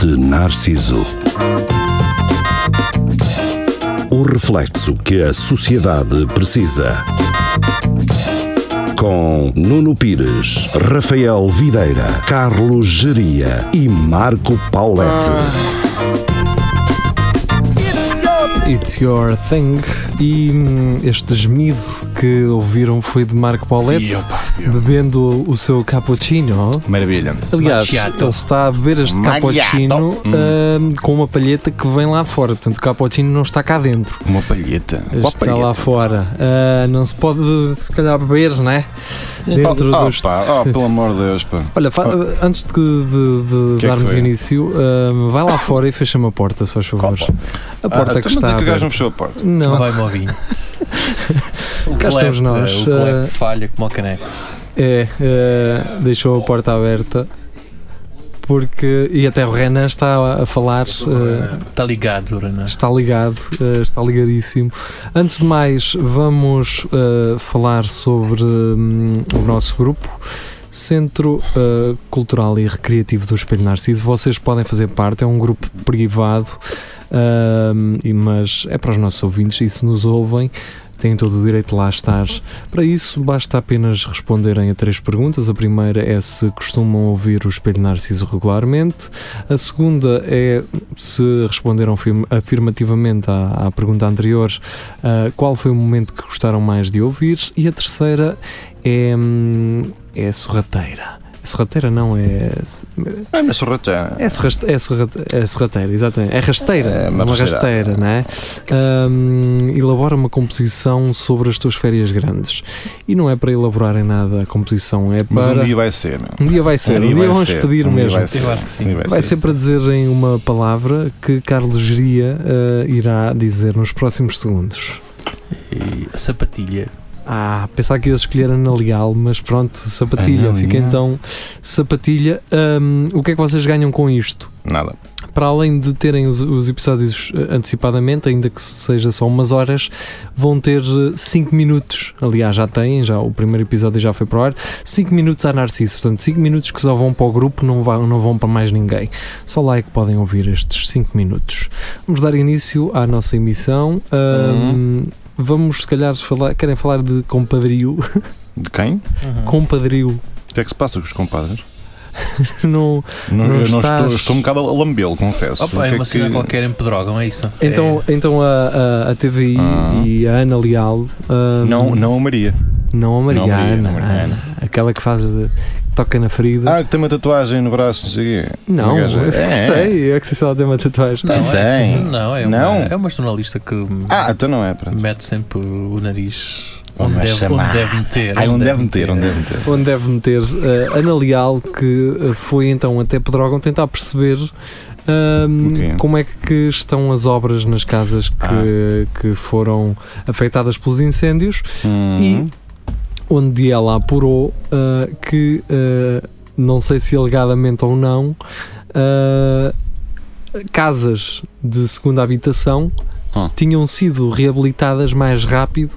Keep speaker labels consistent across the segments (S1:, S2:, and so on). S1: de Narciso. O reflexo que a sociedade precisa. Com Nuno Pires, Rafael Videira, Carlos Geria e Marco Paulette.
S2: Ah.
S3: It's Your Thing e hum, este gemido que ouviram foi de Marco Paulette bebendo o seu cappuccino.
S2: Maravilha.
S3: Aliás,
S4: Macchiato.
S3: ele está a beber este
S4: Macchiato.
S3: cappuccino hum, com uma palheta que vem lá fora. Portanto, o cappuccino não está cá dentro.
S2: Uma palheta. Qual
S3: Está lá
S2: palheta?
S3: fora. Ah, não se pode, se calhar, beber, não é? Dentro
S2: Oh,
S3: dos.
S2: pá, oh, pelo amor de Deus, pá.
S3: Olha, fa- antes de, de- de
S2: Ah. Que é que
S3: darmos
S2: foi?
S3: início, ah, vai lá fora e fecha-me a porta, só
S2: Qual
S3: favor.
S2: porta?
S3: A porta
S2: ah,
S3: que
S2: então, mas
S3: está.
S2: é que o
S3: aberta.
S2: gajo não fechou a porta.
S3: Não,
S4: Vai, Movinho. O
S3: Cá
S4: Clep,
S3: estamos nós.
S4: eh, O Clep falha como o caneco.
S3: É, eh, deixou a porta aberta porque. E até o Renan está a- a falar, eh,
S4: Está ligado, Renan.
S3: está ligado, eh, está ligadíssimo. Antes de mais, vamos eh, falar sobre hum, o nosso grupo. Centro eh, Cultural e Recreativo do Espelho Narciso, vocês podem fazer parte, é um grupo privado, ahm, e- mas é para os nossos ouvintes e se nos ouvem, têm todo o direito de lá estar. Para isso, basta apenas responderem a três perguntas. A primeira é se costumam ouvir o Espelho Narciso regularmente, a segunda é se responderam afirma- afirmativamente à, à pergunta anterior, ah, qual foi o momento que gostaram mais de ouvir, e a terceira é, hum, é sorrateira. É Sorrateira não, é.
S2: Ah, mas sorrata.
S3: É, serraste- é, serrate- é sorrateira, exatamente. É rasteira.
S2: É
S3: É
S2: uma
S3: uma,
S2: rasteira.
S3: rasteira, não é? Hum, elabora uma composição sobre as tuas férias grandes. E não é para elaborarem nada a composição, é
S2: Mas
S3: para.
S2: um dia vai ser, não?
S3: Um dia vai ser, um dia,
S2: vai
S3: vamos
S2: ser,
S3: pedir
S2: um dia
S3: mesmo.
S2: vai
S3: Vai
S2: ser,
S4: Eu acho que sim.
S2: um dia Vai,
S3: ser para dizerem uma palavra que Carlos Geria eh, irá dizer nos próximos segundos.
S4: E a sapatilha.
S3: Ah, pensar que ias escolher Ana Leal, mas pronto, sapatilha.
S2: Ana
S3: Fica
S2: Leal.
S3: então sapatilha. Hum, o que é que vocês ganham com isto?
S2: Nada.
S3: para além de terem os, os episódios eh, antecipadamente, ainda que seja só umas horas, vão ter 5 minutos. Aliás, já têm, já, o primeiro episódio já foi para o ar. 5 minutos a Narciso, portanto, 5 minutos que só vão para o grupo, não vão, não vão para mais ninguém. Só lá é que podem ouvir estes 5 minutos. Vamos dar início à nossa emissão.
S2: Uhum.
S3: Ahm, Vamos, se calhar, falar, querem falar de compadrio.
S2: De quem?
S4: Uhum.
S3: compadrio.
S2: O que é que se passa com os compadres?
S3: Não,
S2: Não,
S3: Não
S2: eu não
S3: estás-
S2: estou, estou um bocado a lambê-lo, confesso. O
S4: Opa,
S2: que
S4: é uma
S2: que-
S4: cena qualquer em Pedrógão, é isso?
S3: Então, então a, a, a TVI
S2: Ah.
S3: e a Ana Leal. ahm,
S2: Não, não a Maria.
S3: Não a
S2: Não a Maria,
S3: Hum. Mariana,
S2: não a Mariana.
S3: Ana, aquela que faz de- que toca na ferida.
S2: Ah, que tem uma tatuagem no braço, não sei o quê.
S3: não,
S2: Uma gaja-
S3: eu
S2: É.
S3: sei, eu que sei se ela tem uma tatuagem.
S2: Não tem.
S4: É, não, é,
S2: Não?
S4: Uma, é uma jornalista que
S2: Ah, então não é, pronto.
S4: mete sempre o nariz
S2: Onde
S4: onde,
S2: vai
S4: deve,
S2: chamar.
S4: onde deve meter.
S2: Ah, onde deve meter, onde deve meter.
S3: Onde deve meter eh, Ana Leal, que eh, foi então até Pedrógão tentar perceber ahm,
S2: O quê?
S3: como é que estão as obras nas casas que,
S2: Ah.
S3: que foram afetadas pelos incêndios,
S2: Hum.
S3: onde ela apurou ah, que, ah, não sei se alegadamente ou não, ah, casas de segunda habitação
S2: Ah.
S3: tinham sido reabilitadas mais rápido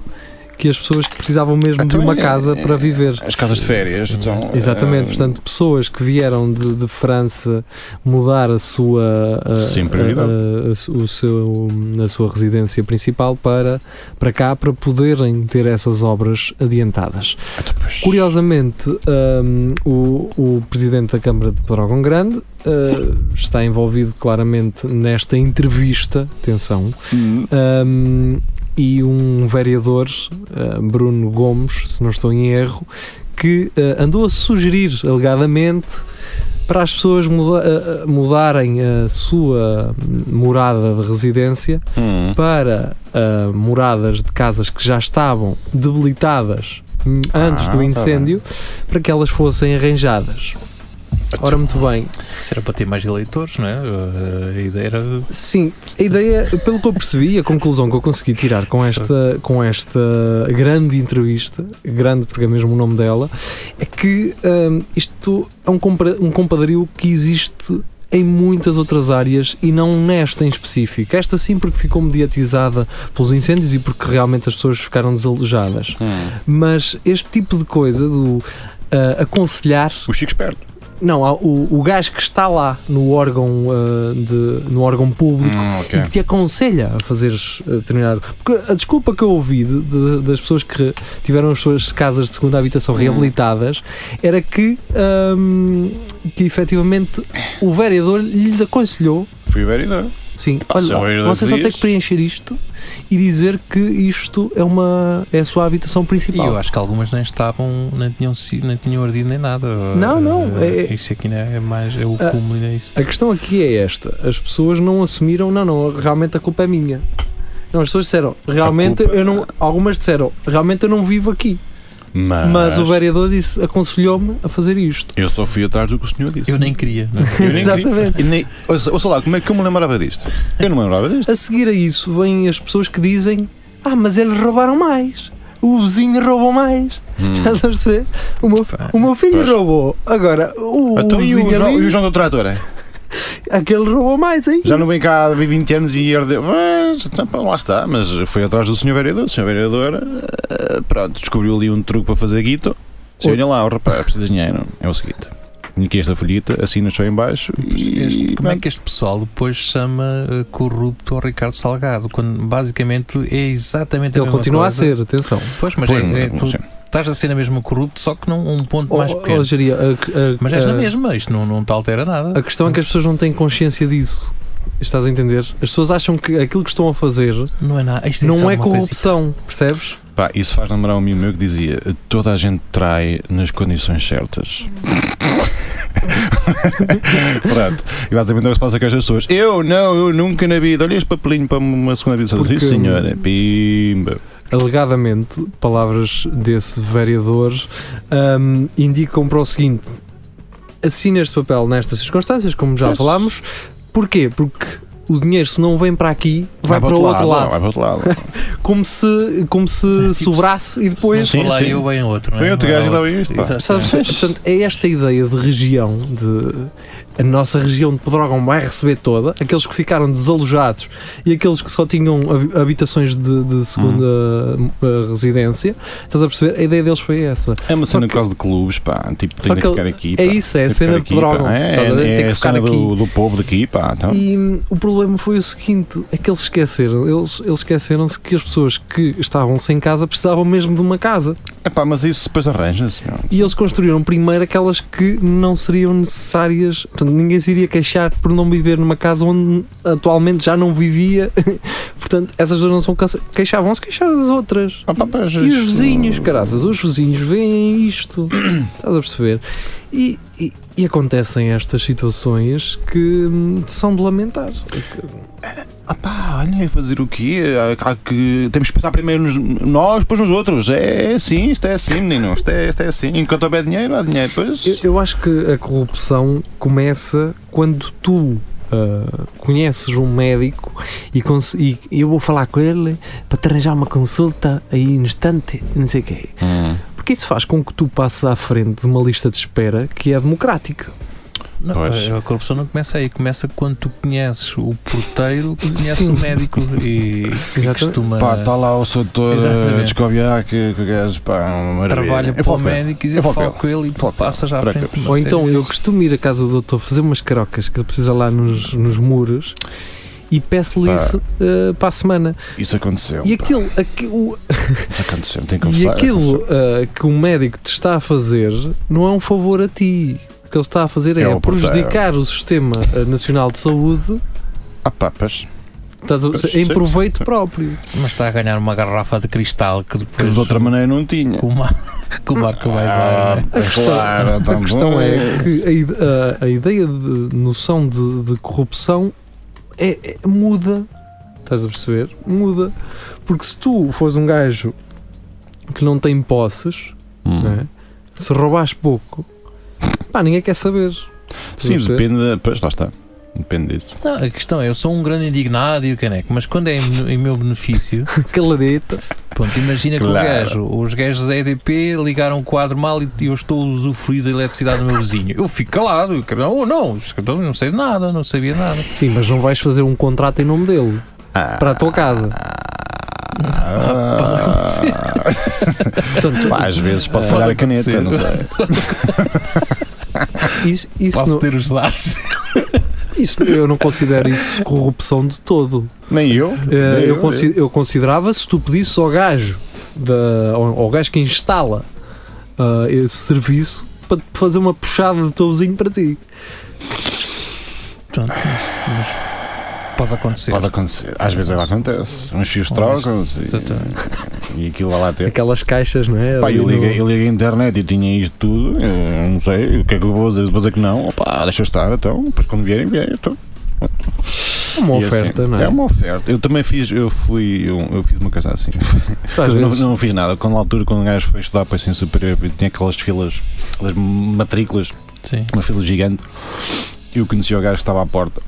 S3: que as pessoas que precisavam mesmo de
S2: Então,
S3: uma
S2: é-
S3: casa para viver.
S2: As casas de férias são.
S3: Exatamente,
S2: ah,
S3: portanto, pessoas que vieram de, de França mudar a sua, a-
S2: Sim,
S3: a-
S2: prioridade.
S3: a- a su- o seu, a sua residência principal para, para cá para poderem ter essas obras adiantadas.
S2: então, pois.
S3: Curiosamente, hum, o, o presidente da Câmara de Pedrógão Grande uh, está envolvido claramente nesta entrevista, atenção,
S2: Hum.
S3: um, e um vereador, uh, Bruno Gomes, se não estou em erro, que uh, andou a sugerir, alegadamente, para as pessoas muda- uh, uh, mudarem a sua morada de residência
S2: Hum.
S3: para uh, moradas de casas que já estavam debilitadas hum, antes
S2: Ah, tá
S3: do
S2: bem.
S3: incêndio, para que elas fossem arranjadas. Ora, muito bem.
S4: Isso era para ter mais eleitores, não é? Eh, A ideia era.
S3: Sim, a ideia, pelo que eu percebi, a conclusão que eu consegui tirar com esta, com esta grande entrevista, grande porque é mesmo o nome dela, é que hum, isto é um, compra- um compadrio que existe em muitas outras áreas e não nesta em específico. Esta sim porque ficou mediatizada pelos incêndios e porque realmente as pessoas ficaram desalojadas.
S2: Hum.
S3: Mas este tipo de coisa do ah, aconselhar
S2: O Chico Esperto.
S3: Não, há o, o gajo que está lá no órgão, ah, de, no órgão público
S2: Hum, ok.
S3: e que te aconselha a fazeres ah, determinado. Porque a desculpa que eu ouvi de- de- das pessoas que tiveram as suas casas de segunda habitação reabilitadas era que, ahm, que efetivamente o vereador lhes aconselhou.
S2: Fui o vereador.
S3: Sim,
S2: Ah, se
S3: olha,
S2: o vereador
S3: vocês só têm
S2: diz.
S3: que preencher isto e dizer que isto é, uma, é a sua habitação
S4: E
S3: principal.
S4: eu acho que algumas nem estavam, nem tinham, sido- nem tinham ardido nem nada.
S3: Não, não,
S4: Eh,
S3: é-
S4: Isso aqui não é mais, é o
S3: Ah.
S4: cúmulo, é isso.
S3: A questão aqui é esta: as pessoas não assumiram, não, não, realmente a culpa é minha. Não, as pessoas disseram, realmente
S2: culpa- é-"
S3: eu não. Algumas disseram, realmente eu não vivo aqui.
S2: Mas,
S3: Mas o vereador disse, aconselhou-me a fazer isto.
S2: eu só fui atrás do que o senhor disse.
S4: Eu nem queria. não é?
S2: Eu nem queria-
S3: Exatamente.
S2: E nem- ouça, ouça lá, como é que eu me lembrava disto? Eu não me lembrava disto.
S3: A seguir a isso, vêm as pessoas que dizem: Ah, mas eles roubaram mais. O vizinho roubou mais. Estás a perceber? O meu,
S4: Pá,
S3: o meu filho
S2: Hum. pois.
S3: roubou. Agora, o,
S2: Então, e,
S3: vizinho
S2: o João,
S3: ali,
S2: e o João do Trator? é?
S3: aquele roubou mais, hein?
S2: Já não vem cá há 20 anos e herdeu. Mas, então, pá, lá está, mas foi atrás do senhor vereador. O senhor vereador, eh, pronto, descobriu ali um truque para fazer guito. Se olha lá, o rapaz, precisa de dinheiro. É o seguinte: tenho aqui esta folheta, assinas só em baixo e.
S4: Este- como é
S2: pronto.
S4: que este pessoal depois chama eh, corrupto ao Ricardo Salgado? Quando basicamente é exatamente a
S3: Ele
S4: mesma
S3: continua a
S4: coisa.
S3: ser, atenção.
S4: Pois, mas
S2: Pois,
S4: é- é-
S2: não
S4: tu
S2: sei.
S4: estás a ser a mesma corrupto, só que num um ponto mais
S3: Oh, eh, oh,
S4: pequeno.
S3: Jeria, a- a-
S4: mas és na
S3: a-
S4: mesma, isto não, não te altera nada.
S3: A questão é que as pessoas não têm consciência disso. Estás a entender? As pessoas acham que aquilo que estão a fazer
S4: Não é nada. Isto
S3: não
S4: só
S3: é
S4: uma coisa-
S3: corrupção, percebes?
S2: Pá, isso faz lembrar um amigo meu que dizia: toda a gente trai nas condições certas. Pronto, e basicamente é o que se passa com estas pessoas. Eu não, eu nunca na vida. Olha este papelinho para uma segunda vida.
S3: Porque-
S2: Sim, senhora, pimba.
S3: Alegadamente, palavras desse vereador hum, indicam para o seguinte: assina este papel nestas circunstâncias, como já
S2: Pois.
S3: falámos. Porquê? Porque o dinheiro, se não vem para aqui, vai, É para o outro lado.
S2: Vai para o outro lado.
S3: Como se, como se
S4: Tipo,
S3: sobrasse e
S4: Se não
S3: depois.
S2: Sim,
S4: for lá
S2: sim.
S4: eu, vem outro. não é?
S2: Vem outro
S4: Não é
S2: gajo e dá isto, pá.
S4: Exato.
S3: Sabes, portanto, é esta ideia de região, de a nossa região de Pedrógão vai receber toda, aqueles que ficaram desalojados e aqueles que só tinham hab- habitações de, de segunda
S2: Hum.
S3: eh, residência, estás a perceber? A ideia deles foi essa.
S2: É uma cena
S3: que-
S2: por causa de clubes, pá. Tipo,
S3: Só
S2: tem de
S3: que
S2: ficar aqui.
S3: é
S2: pá.
S3: isso, é a
S2: Tem de
S3: cena de
S2: ficar aqui,
S3: Pedrógão.
S2: pá. É,
S3: estás a ver?
S2: é
S3: Tem que
S2: a
S3: ficar
S2: cena
S3: aqui.
S2: do, do povo daqui, pá. Então.
S3: E hum, o problema foi o seguinte: é que eles esqueceram, eles, eles esqueceram-se que as pessoas que estavam sem casa precisavam mesmo de uma casa.
S2: É pá, mas isso depois arranja-se. meu.
S3: E eles construíram primeiro aquelas que não seriam necessárias. Portanto, ninguém se iria queixar por não viver numa casa onde atualmente já não vivia. Portanto, essas duas não são caça- queixavam-se queixar das outras.
S2: Ah, pá, pois,
S3: E os
S2: isso-
S3: vizinhos, caraças, os vizinhos veem isto. Estás a perceber? E, e- e acontecem estas situações que hum, são de lamentar.
S2: Ah pá, olha, fazer o quê? Há, há que... Temos que pensar primeiro nos, nós, depois nos outros. É, é assim, isto é assim, menino. Isto é, isto é assim. Enquanto houver dinheiro, há dinheiro. Pois...
S3: Eu, eu acho que a corrupção começa quando tu ah, conheces um médico e, cons- e eu vou falar com ele para te arranjar uma consulta aí instante, não sei o quê.
S2: Hum.
S3: Porque isso faz com que tu passes à frente de uma lista de espera que é democrática.
S4: Não,
S2: Pois.
S4: a corrupção não começa aí, começa quando tu conheces o porteiro, que conheces
S3: Sim. Então,
S4: o médico e que
S3: Exatamente.
S4: costuma
S2: Pá, tá- está lá o seu doutor
S4: Exatamente.
S2: a descobiar que, que o gajo, pá, é uma maravilha.
S4: trabalha
S2: Eu
S4: para o
S2: falo com ele.
S4: médico e
S2: Eu
S4: eu
S2: falo
S4: falo com ele e
S2: Falo com
S4: passa já à
S2: Para cá.
S4: frente. de uma
S3: Ou
S4: série
S3: então eu
S4: deles.
S3: costumo ir à casa do doutor fazer umas carocas que ele precisa lá nos, nos muros e peço-lhe
S2: Pá.
S3: isso ah, para a semana.
S2: Isso aconteceu.
S3: E
S2: pá.
S3: aquilo, aqui- o-
S2: Isso aconteceu, tem que
S3: E
S2: confessar.
S3: aquilo ah, que o médico te está a fazer não é um favor a ti. O que ele está a fazer é,
S2: É o porteiro.
S3: prejudicar o Sistema ah, Nacional de Saúde
S2: Ah pá, pois.
S3: estás a-
S2: Pois,
S3: em
S2: sim,
S3: proveito
S2: sim.
S3: próprio.
S4: Mas está a ganhar uma garrafa de cristal que
S2: Que
S4: depois.
S2: de outra maneira não tinha.
S4: que o Mar- que o Marco vai dar.
S2: Ah,
S4: não é?
S3: né? A questão-
S2: claro, então,
S3: a questão
S2: bom.
S3: é que a ide- a, a ideia de noção de, de corrupção é, é- muda. Estás a perceber? Muda. Porque se tu fores um gajo que não tem posses,
S2: Hum.
S3: não é? se roubares pouco, pá, ninguém quer saber. Estás a
S2: Sim,
S3: perceber?
S2: depende. da- Pois, lá está. Depende disso.
S4: Não, a questão é, eu sou um grande indignado e o caneco, mas quando é em, em meu benefício,
S3: Caladeta.
S4: pronto, imagina
S2: Claro.
S4: que o gajo, os gajos da EDP ligaram o quadro mal e eu estou a usufruir da eletricidade do meu vizinho. Eu fico calado, eu, quero- não, não, isso que eu não sei de nada, não sabia nada.
S3: Sim, mas não vais fazer um contrato em nome dele
S2: Ah.
S3: para a tua casa. Ah,
S4: Pode acontecer.
S3: Portanto,
S2: Pá, às vezes pode
S4: Ah,
S2: falhar
S4: pode
S2: a caneta,
S4: acontecer.
S2: não sei.
S3: Isso, isso
S4: Posso
S3: não-
S4: ter os dados.
S3: isso- eu não considero isso corrupção de todo.
S2: Nem eu.
S3: Eh,
S2: nem
S3: eu, consi- eu considerava se tu pedisse ao gajo, da, ao, ao gajo que instala ah, esse serviço, para te fazer uma puxada do teu vizinho para ti.
S4: Portanto, mas, mas pode acontecer.
S2: Pode acontecer. Às vezes ela acontece. Uns fios
S4: Bom,
S2: trocam-se
S4: Exatamente.
S2: e, e aquilo lá lá ter.
S3: Aquelas caixas, não é?
S2: É. Pá,
S3: Ali
S2: eu
S3: no-
S2: liguei, eu liguei a internet e tinha isto tudo. Eu não sei o que é que eu vou dizer. Vou dizer que não. Opa, deixa eu estar. Então, depois quando vierem, vierem. Então.
S3: uma
S2: E
S3: oferta,
S2: assim,
S3: não é?
S2: É uma oferta. Eu também fiz. Eu fui. Eu, eu fiz uma coisa assim.
S3: Às
S2: Eu não,
S3: vezes.
S2: não fiz nada. Quando na altura, quando um gajo foi estudar para o ensino superior, tinha aquelas filas, aquelas matrículas,
S4: Sim.
S2: uma fila gigante. Eu conheci o gajo que estava à porta,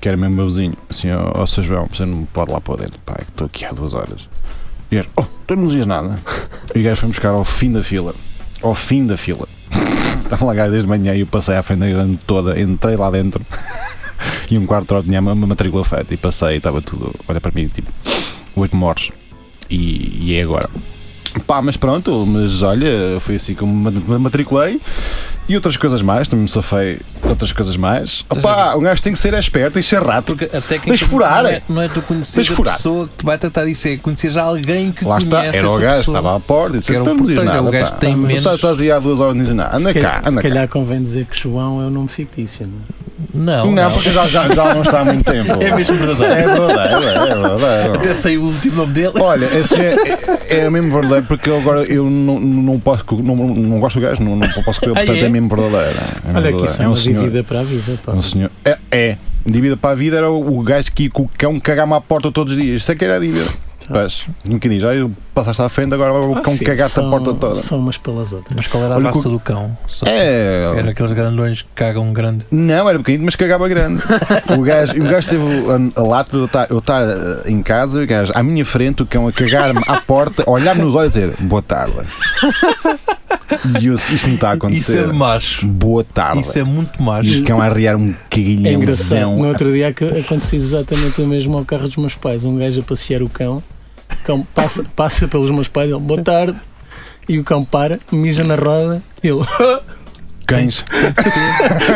S2: que era mesmo meu vizinho. Assim, ó oh, Sr. João, você não pode lá para dentro. Pá, é que estou aqui há duas horas. E ele, oh, tu não dizias nada. E o gajo foi buscar ao fim da fila. Ao fim da fila. Estava lá o gajo desde manhã e eu passei à frente da grande toda, entrei lá dentro. E um quarto de hora tinha uma uma matrícula feita e passei e estava tudo. Olha para mim, tipo, oito mortos. E, e é agora. Pá, mas pronto, mas olha, foi assim que eu me me matriculei e outras coisas mais, também me safei outras coisas mais. Opá, um gajo tem que ser esperto e ser rato.
S4: Porque a técnica
S2: Tens de furar.
S4: não é, não é tu
S2: Tens
S4: conheceres
S2: de
S4: a
S2: furar.
S4: pessoa que te vai tratar disso, é conheceres alguém que
S2: Lá está,
S4: conhece
S2: era o
S4: essa
S2: gajo,
S4: pessoa.
S2: estava à porta e disse:
S4: Que era um
S2: Tu não dizes
S4: porteiro,
S2: nada.
S4: o gajo
S2: pá.
S4: tem
S2: Tu
S4: menos-
S2: Estás, estás aí há duas horas e não dizes nada. Anda
S5: se
S2: cá,
S5: calhar, se
S2: anda cá.
S5: calhar convém dizer que João é um nome fictício. não é?
S4: Não,
S2: Não, porque já, já, já não está há muito tempo.
S4: É mesmo verdadeiro.
S2: É verdadeiro, é verdadeiro.
S4: Até saiu o último nome dele.
S2: Olha, esse é, é, é mesmo verdadeiro porque eu agora eu não, não posso, co- não, não gosto do gajo, não, não posso comer,
S4: Ah,
S2: portanto é?
S4: é?
S2: mesmo verdadeiro. É mesmo
S5: Olha, que
S2: verdadeiro.
S5: isso
S2: é
S5: é
S2: um
S5: uma
S2: senhor.
S5: dívida para a vida. Pá.
S2: É um senhor. É, é. Dívida para a vida era o o gajo que ia com o cão cagar-me à porta todos os dias. Isso é que era a dívida.
S5: Tá.
S2: Pois, um bocadinho, já eu passaste à frente, agora vai o cão
S5: Enfim,
S2: cagar-te a
S5: Ah, são-
S2: porta toda.
S5: São umas pelas outras.
S4: Mas qual era a
S2: Olha,
S4: raça
S2: cu-
S4: do cão? Só- Era
S2: É.
S4: aqueles grandões que cagam grande.
S2: Não, era pequenino, mas cagava grande. O gajo, o gajo teve a, a lata de eu estar, eu estar eh, em casa e o gajo à minha frente, o cão a cagar-me à porta, a olhar-me nos olhos e dizer boa tarde. E eu, isto não está a acontecer.
S4: Isso é de macho.
S2: Boa tarde.
S4: Isso é muito
S2: E
S4: macho.
S2: o cão a arriar um caguinho
S5: É engraçado. No outro dia ac- aconteceu exatamente o mesmo ao carro dos meus pais. Um gajo a passear o cão, o cão passa, passa pelos meus pais, ele, boa tarde, e o cão para, mija na roda, ele,
S2: Cães.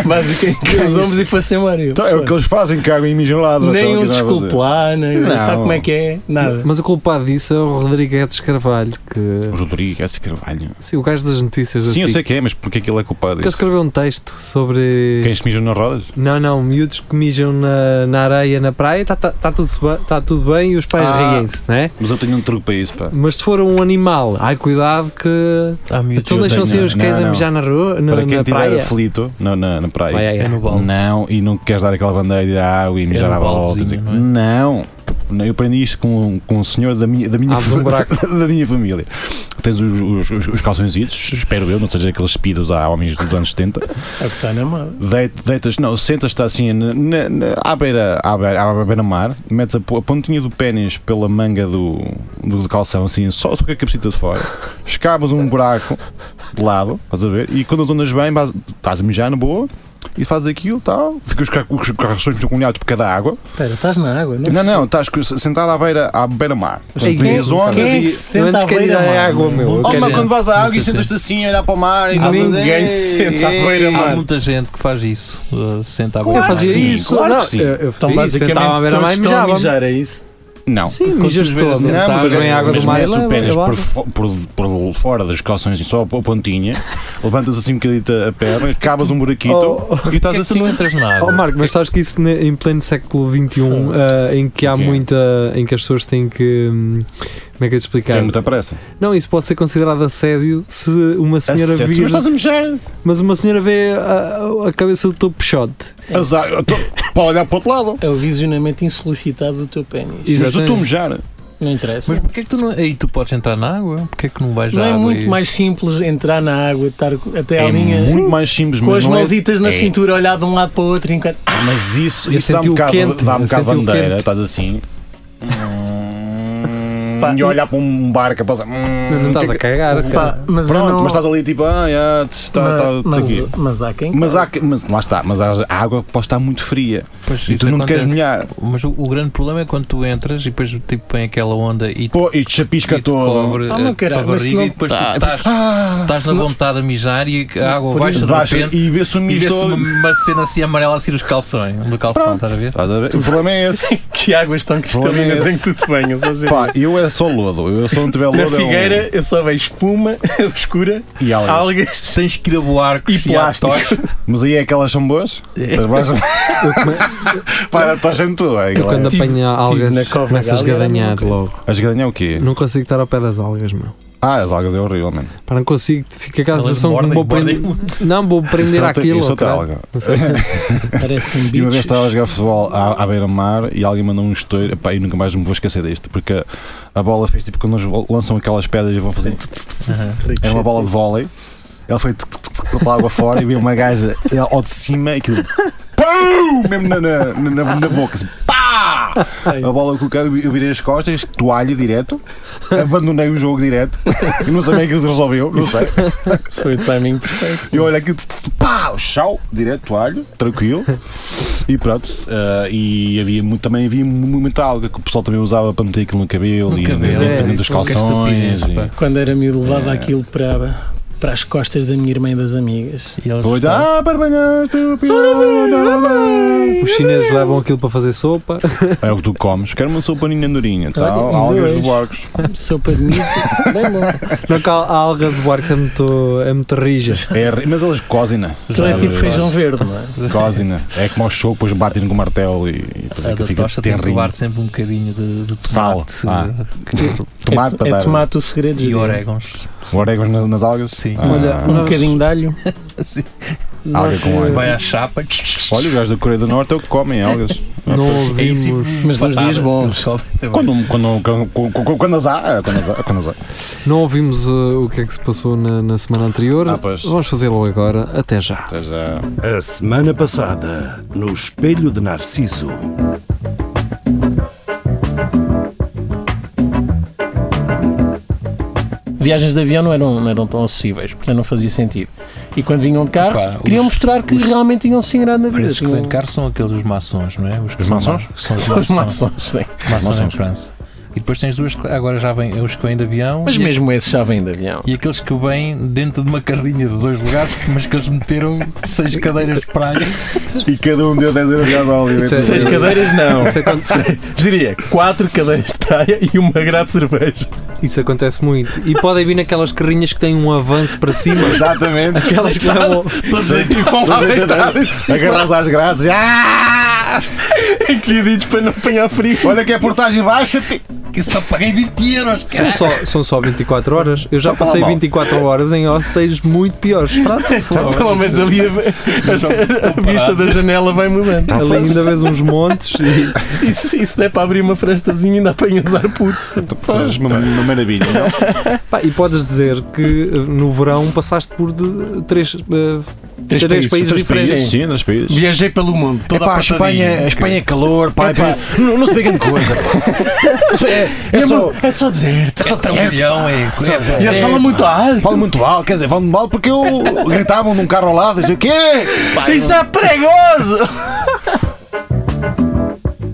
S5: basicamente, os ombros e foi-se embora. Eu,
S2: é Então é o que
S5: "Foda-se."
S2: eles fazem, cagam e mijam lá. então,
S5: nem
S2: o que é que
S5: um
S2: vai fazer?
S5: desculpar, nem
S2: Não.
S5: sabe como é que é, nada.
S3: Mas o culpado disso é o Rodrigues Carvalho,
S2: O
S3: que
S2: Rodrigues Carvalho.
S3: sim, o gajo das notícias
S2: Sim,
S3: assim,
S2: eu sei que é, mas porque é que ele é culpado?
S3: que ele
S2: disso?
S3: escreveu um texto sobre
S2: Cães que mijam nas rodas?
S3: Não, não, miúdos que mijam na, na areia, na praia, está tá, tá tudo, se ba- tá tudo bem e os pais
S2: Ah.
S3: riem-se, né?
S2: Mas eu tenho um truque para isso, pá.
S3: Mas se for um animal, ai cuidado que.
S4: Há miúdos
S3: Então
S2: eu
S3: deixam assim
S2: tenho-
S3: os cães
S2: não,
S3: a
S2: não.
S3: mijar na rua, na,
S2: para quem
S3: na
S2: estiver
S3: praia.
S2: aflito na, na, na praia.
S3: Vai, vai,
S4: É
S3: vai.
S4: no balde. É
S2: Não, e não queres dar aquela bandeira de água e mijar
S4: no
S2: à volta.
S4: baldezinho, é?
S2: assim. Não. Não, eu aprendi isto com, com um senhor da minha, da,
S4: Ah,
S2: minha
S3: Abres um buraco.
S2: da minha família. Tens os, os, os, os calçõezitos, espero eu, não seja aqueles speedos há homens dos anos 70.
S5: É o que está na moda.
S2: Deit- Deitas, não, sentas-te assim na, na- na- à beira à beira, à beira mar, metes a, po- a pontinha do pênis pela manga do, do, do calção, assim, só só com a cabecita de fora, escavas um buraco de lado, estás a ver? E quando as ondas bem, vas- estás a mijar na boa. E fazes aquilo, tal, fica os ca- os carrações ficam molhados por cada água.
S5: Espera, estás na água, não?
S2: Não, não, estás co- sentado à beira, à beira-mar.
S3: Ei, quem é-
S2: as ondas
S3: quem é
S2: e.
S3: que
S5: se é
S3: Eu
S5: senta
S3: antes
S5: à
S3: quero ir
S5: beira,
S3: à
S5: mano.
S3: água, meu. eu
S2: Oh,
S3: quero
S2: mas
S3: ir-
S2: quando vais à água e
S4: muita
S2: sentas-te assim a olhar para o mar e estás a-
S5: Ninguém se
S2: Ei,
S5: senta à
S2: ei,
S5: beira-mar.
S4: Há
S5: Mano.
S4: muita gente que faz isso. Uh, senta à
S2: Claro
S3: Eu
S4: beira.
S3: fazia
S2: que sim,
S3: isso,
S2: claro
S3: não,
S2: que sim.
S3: eu, eu
S5: Então,
S3: fazia isso, sentava à beira
S5: todos
S3: mais e
S5: estão a
S3: mijava.
S5: mijar, é isso?
S2: Não.
S3: Sim,
S4: Quando
S3: mijas
S4: tu vês
S3: todo.
S4: assim,
S2: Não,
S4: Sentado,
S3: Sentava
S2: mas é
S4: vem
S3: em água
S2: mas
S3: do mar e
S2: metes o
S3: leva,
S2: pênis
S3: leva.
S2: por, fo- por- por fora dos calções, assim, só a pontinha, levantas assim um bocadinho a perna, cavas um buraquito
S3: Oh, oh,
S2: e
S4: Porquê
S2: estás
S4: que
S2: assim.
S4: tu não entras na água?
S3: Oh, Marco, mas sabes que isso ne- em pleno século XXI, ah, em que há
S2: O quê?
S3: muita. em que as pessoas têm que. hum, Como é que é de explicar?
S2: Tem muita pressa.
S3: Não, isso pode ser considerado assédio se uma senhora
S2: Acerto,
S3: vir.
S2: mas estás a mexer.
S3: Mas uma senhora vê a, a cabeça do teu peixote.
S2: Azar, eu tô- Pode olhar para o outro lado.
S5: É o visionamento insolicitado do teu pênis.
S2: Mas tu tu mejar.
S5: Não interessa.
S4: Mas porquê que tu não. Aí tu podes entrar na água? Porquê que não vais
S5: não
S4: à
S5: é
S4: água?
S5: muito
S4: e-
S5: mais simples entrar na água, estar co- até à
S2: É
S5: linha
S2: muito mais simples,
S5: com
S2: mas
S5: as
S2: não é-
S5: mãozitas na
S2: é. Ah,
S5: cintura, olhar de um lado para o outro enquanto.
S2: Mas isso,
S3: Eu
S2: isso dá um
S3: senti o
S2: bocado,
S3: quente,
S2: dá um
S3: eu
S2: bocado
S3: senti o
S2: bandeira,
S3: quente.
S2: estás assim.
S5: Pá,
S2: e olhar para um barco a passar. hum,
S3: Não estás
S2: que-
S3: a cagar,
S5: Pá,
S3: cara.
S5: mas eu
S2: Pronto,
S5: não-
S2: mas estás ali tipo, ah, já, está, está,
S5: mas,
S2: está
S5: mas,
S2: aqui.
S5: mas há quem.
S2: Mas, há, que- mas lá está, mas há a água que pode estar muito fria
S4: Pois,
S2: e
S4: isso
S2: tu não queres
S4: acontece.
S2: molhar.
S4: Mas o, o grande problema é quando tu entras e depois tipo põe aquela onda e
S2: Pô, e te chapisca
S4: e te
S2: todo.
S4: cobre eh,
S5: Ah,
S4: a
S5: não,
S4: tua
S5: caralho, mas se
S4: barriga
S5: não-
S4: e depois tu
S2: Ah,
S4: estás,
S2: Ah,
S4: estás
S5: se
S4: na
S5: não-
S4: vontade a mijar e a água
S5: Por
S4: baixa
S5: isso-
S4: de
S2: baixa
S4: repente
S2: e vê-se um
S4: e
S2: misto
S4: vê-se uma,
S2: todo.
S4: uma cena assim amarela a sair dos calções, do calção, estás a ver?
S2: Estás a ver? O problema é esse.
S5: Que águas tão cristalinas
S2: Problema é
S5: em que tu te banhas hoje.
S2: Pá, eu é só lodo. Eu só não tiver lodo.
S5: Na
S2: é um-
S5: figueira eu só vejo espuma escura,
S2: e algas.
S5: algas
S4: Tens que ir a buarcos
S5: e plástico.
S2: Mas aí é aquelas são boas?
S4: É.
S2: As boas- Pá, estás sempre tudo. É,
S3: Eu quando
S2: claro.
S5: Tive-
S3: apanho
S5: tive
S3: algas,
S5: na Cova
S3: começo a
S5: Gália, era a mesma
S3: esgadanhar
S5: coisa.
S3: logo.
S2: As galinha é o quê?
S3: Não consigo estar ao pé das algas, meu.
S2: Ah, as algas é horrível, mano.
S3: Pá, não consigo, fica aquela
S4: Elas
S3: sensação que
S4: mordem-
S3: vou prender. Não, vou prender
S2: Isso é outra-
S3: aquilo.
S2: isso é outra
S3: cara.
S2: alga.
S3: Não sei.
S5: Parece um
S2: E uma vez estava a jogar futebol à, à beira-mar e alguém mandou um estouro. Epá, e nunca mais me vou esquecer disto, porque a, a bola fez tipo quando eles lançam aquelas pedras e vão fazer. Era É uma bola de vôlei. Ela foi tuc, tuc, tuc, tuc, para a água fora e veio uma gaja ao de cima e aquilo. Pum! Mesmo na, na, na, na boca, assim, pá! A bola com o cara, eu virei as costas, toalha direto, abandonei o jogo direto, e não sabia que ele resolveu, não sei.
S5: Isso foi o timing perfeito.
S2: Eu olho aquilo, tss, tss, pá, chau, direto, toalho, tranquilo. E pronto, eh, e havia muito, também havia mu- muita alga que o pessoal também usava para meter aquilo no cabelo
S4: No
S2: e
S4: cabelo,
S2: no
S3: é,
S2: limpamento dos
S4: com que
S2: calções.
S4: estupidez,
S2: e-
S4: pá.
S5: Quando era miúdo, levava
S2: É.
S5: aquilo para, para as costas da minha irmã e das amigas.
S4: E eles
S2: Pois,
S4: estão-
S2: ah, barbalhaste,
S3: Os chineses levam aquilo para fazer sopa.
S2: É o que tu comes, quero uma sopa ninha andorinha, tá?
S5: Olha,
S2: Algas
S5: dois.
S2: do Borges.
S5: Sopa de miso, bem bom.
S3: Não, é que a a alga de barco é muito, é muito rija.
S2: É, ri- mas eles cozem-na,
S5: Aquilo é
S4: Já
S5: tipo
S4: vi.
S5: feijão verde, não é?
S2: cozem-na. É como ao show, depois batem com o martelo e, e depois
S4: A
S2: aquilo
S4: da
S2: fica
S4: tosta tem que
S2: terrinho.
S4: levar sempre um bocadinho de, de
S2: Sal,
S4: tomate
S2: ah.
S5: É,
S2: Tomate
S5: to-
S2: para
S5: é
S2: dar
S5: tomate o segredo.
S4: e é
S5: diria.
S4: orégãos.
S2: orégãos nas, nas algas.
S4: Sim.
S2: Ah.
S3: Olha,
S5: Um
S3: Nós-
S5: bocadinho de alho.
S4: Assim,
S2: Alga com
S3: Nós, eh,
S2: alho.
S4: Vai à chapa.
S2: Olha, os gajos da Coreia do Norte é o que comem algas.
S3: Não
S4: É isso,
S3: ouvimos,
S5: Mas nos dias bons.
S2: Quando, quando, quando, quando, quando as há, quando as há, quando as há.
S3: não ouvimos eh, o que é que se passou na, na semana anterior.
S2: Ah, pois.
S3: Vamos fazê-lo agora. Até já.
S2: Ou seja,
S1: A semana passada, no Espelho de Narciso.
S5: Viagens de avião não eram, não eram tão acessíveis, portanto não fazia sentido. E quando vinham de carro,
S4: Epá,
S5: queriam
S4: os-
S5: mostrar que realmente tinham-se engrado na
S4: Os
S5: vida.
S4: preços que vêm de carro são aqueles dos maçons, não é? que
S2: Os
S4: são
S2: maçons?
S4: ma- São os
S5: São os
S4: maçons.
S5: maçons, sim.
S4: Maçons em
S2: Maçons.
S4: França. E depois tens duas que agora já vêm os que vêm de avião
S5: Mas
S4: e,
S5: mesmo esses já vêm de avião.
S4: e aqueles que vêm dentro de uma carrinha de dois lugares, mas que eles meteram seis cadeiras de praia.
S2: e cada um deu 10 euros de óleo.
S3: Sim.
S5: Seis
S3: Sim.
S5: cadeiras não.
S4: é
S3: Isso, acon-
S5: Diria, quatro cadeiras de praia e uma grade de cerveja.
S3: isso acontece muito. E podem vir naquelas carrinhas que têm um avanço para cima.
S2: Exatamente.
S3: Aquelas que levam.
S5: Todos aqui vão lá deitar em cima,
S2: Agarras às grades. e, Ah!
S5: encolhidos para não apanhar frio.
S2: Olha que a portagem baixa. ti-
S4: Que só paguei 20 euros,
S3: São
S4: cara.
S3: só, são só 24 horas. Eu já
S2: Então, tá
S3: passei
S2: mal.
S3: 24 horas em hostels muito piores.
S5: Pelo menos ali a, a- a vista da janela vai mudando.
S3: Ali ainda vês uns montes e
S5: E se isso der para abrir uma frestazinha, ainda apanhas ar puto.
S2: Então, Pois, uma, uma maravilha. não?
S3: Pá, e podes dizer que eh, no verão passaste por de- três, eh, três, países,
S2: Outros
S3: diferentes.
S2: países, sim, outros países.
S5: Viajei pelo mundo.
S4: Toda
S2: Epá, a Espanha,
S4: apertadinha.
S2: a Espanha é calor, pá,
S5: Epá.
S2: epá, Não, não se vê grande coisa. pá. É, é só.
S5: É só deserto.
S4: É só um milhão, é.
S5: E eles falam muito alto.
S2: Falo muito mal, quer dizer, falo mal porque eu gritavam num carro ao lado, dizia o quê? Pá,
S5: Isso é pregoso!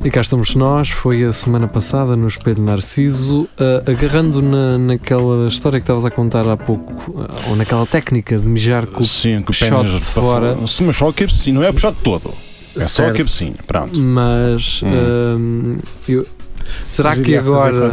S3: E cá estamos nós, foi a semana passada no Espelho Narciso, ah, agarrando na, naquela história que estavas a contar há pouco, ah, ou naquela técnica de mijar com o
S2: Sim, com o
S3: Puxado
S2: pênis
S3: de
S2: para
S3: fora.
S2: fora. Sim, mas só o cabecinho, não é puxado todo. É só o
S3: Certo.
S2: cabecinho, pronto.
S3: Mas
S2: Hum.
S3: ah, eu- será que agora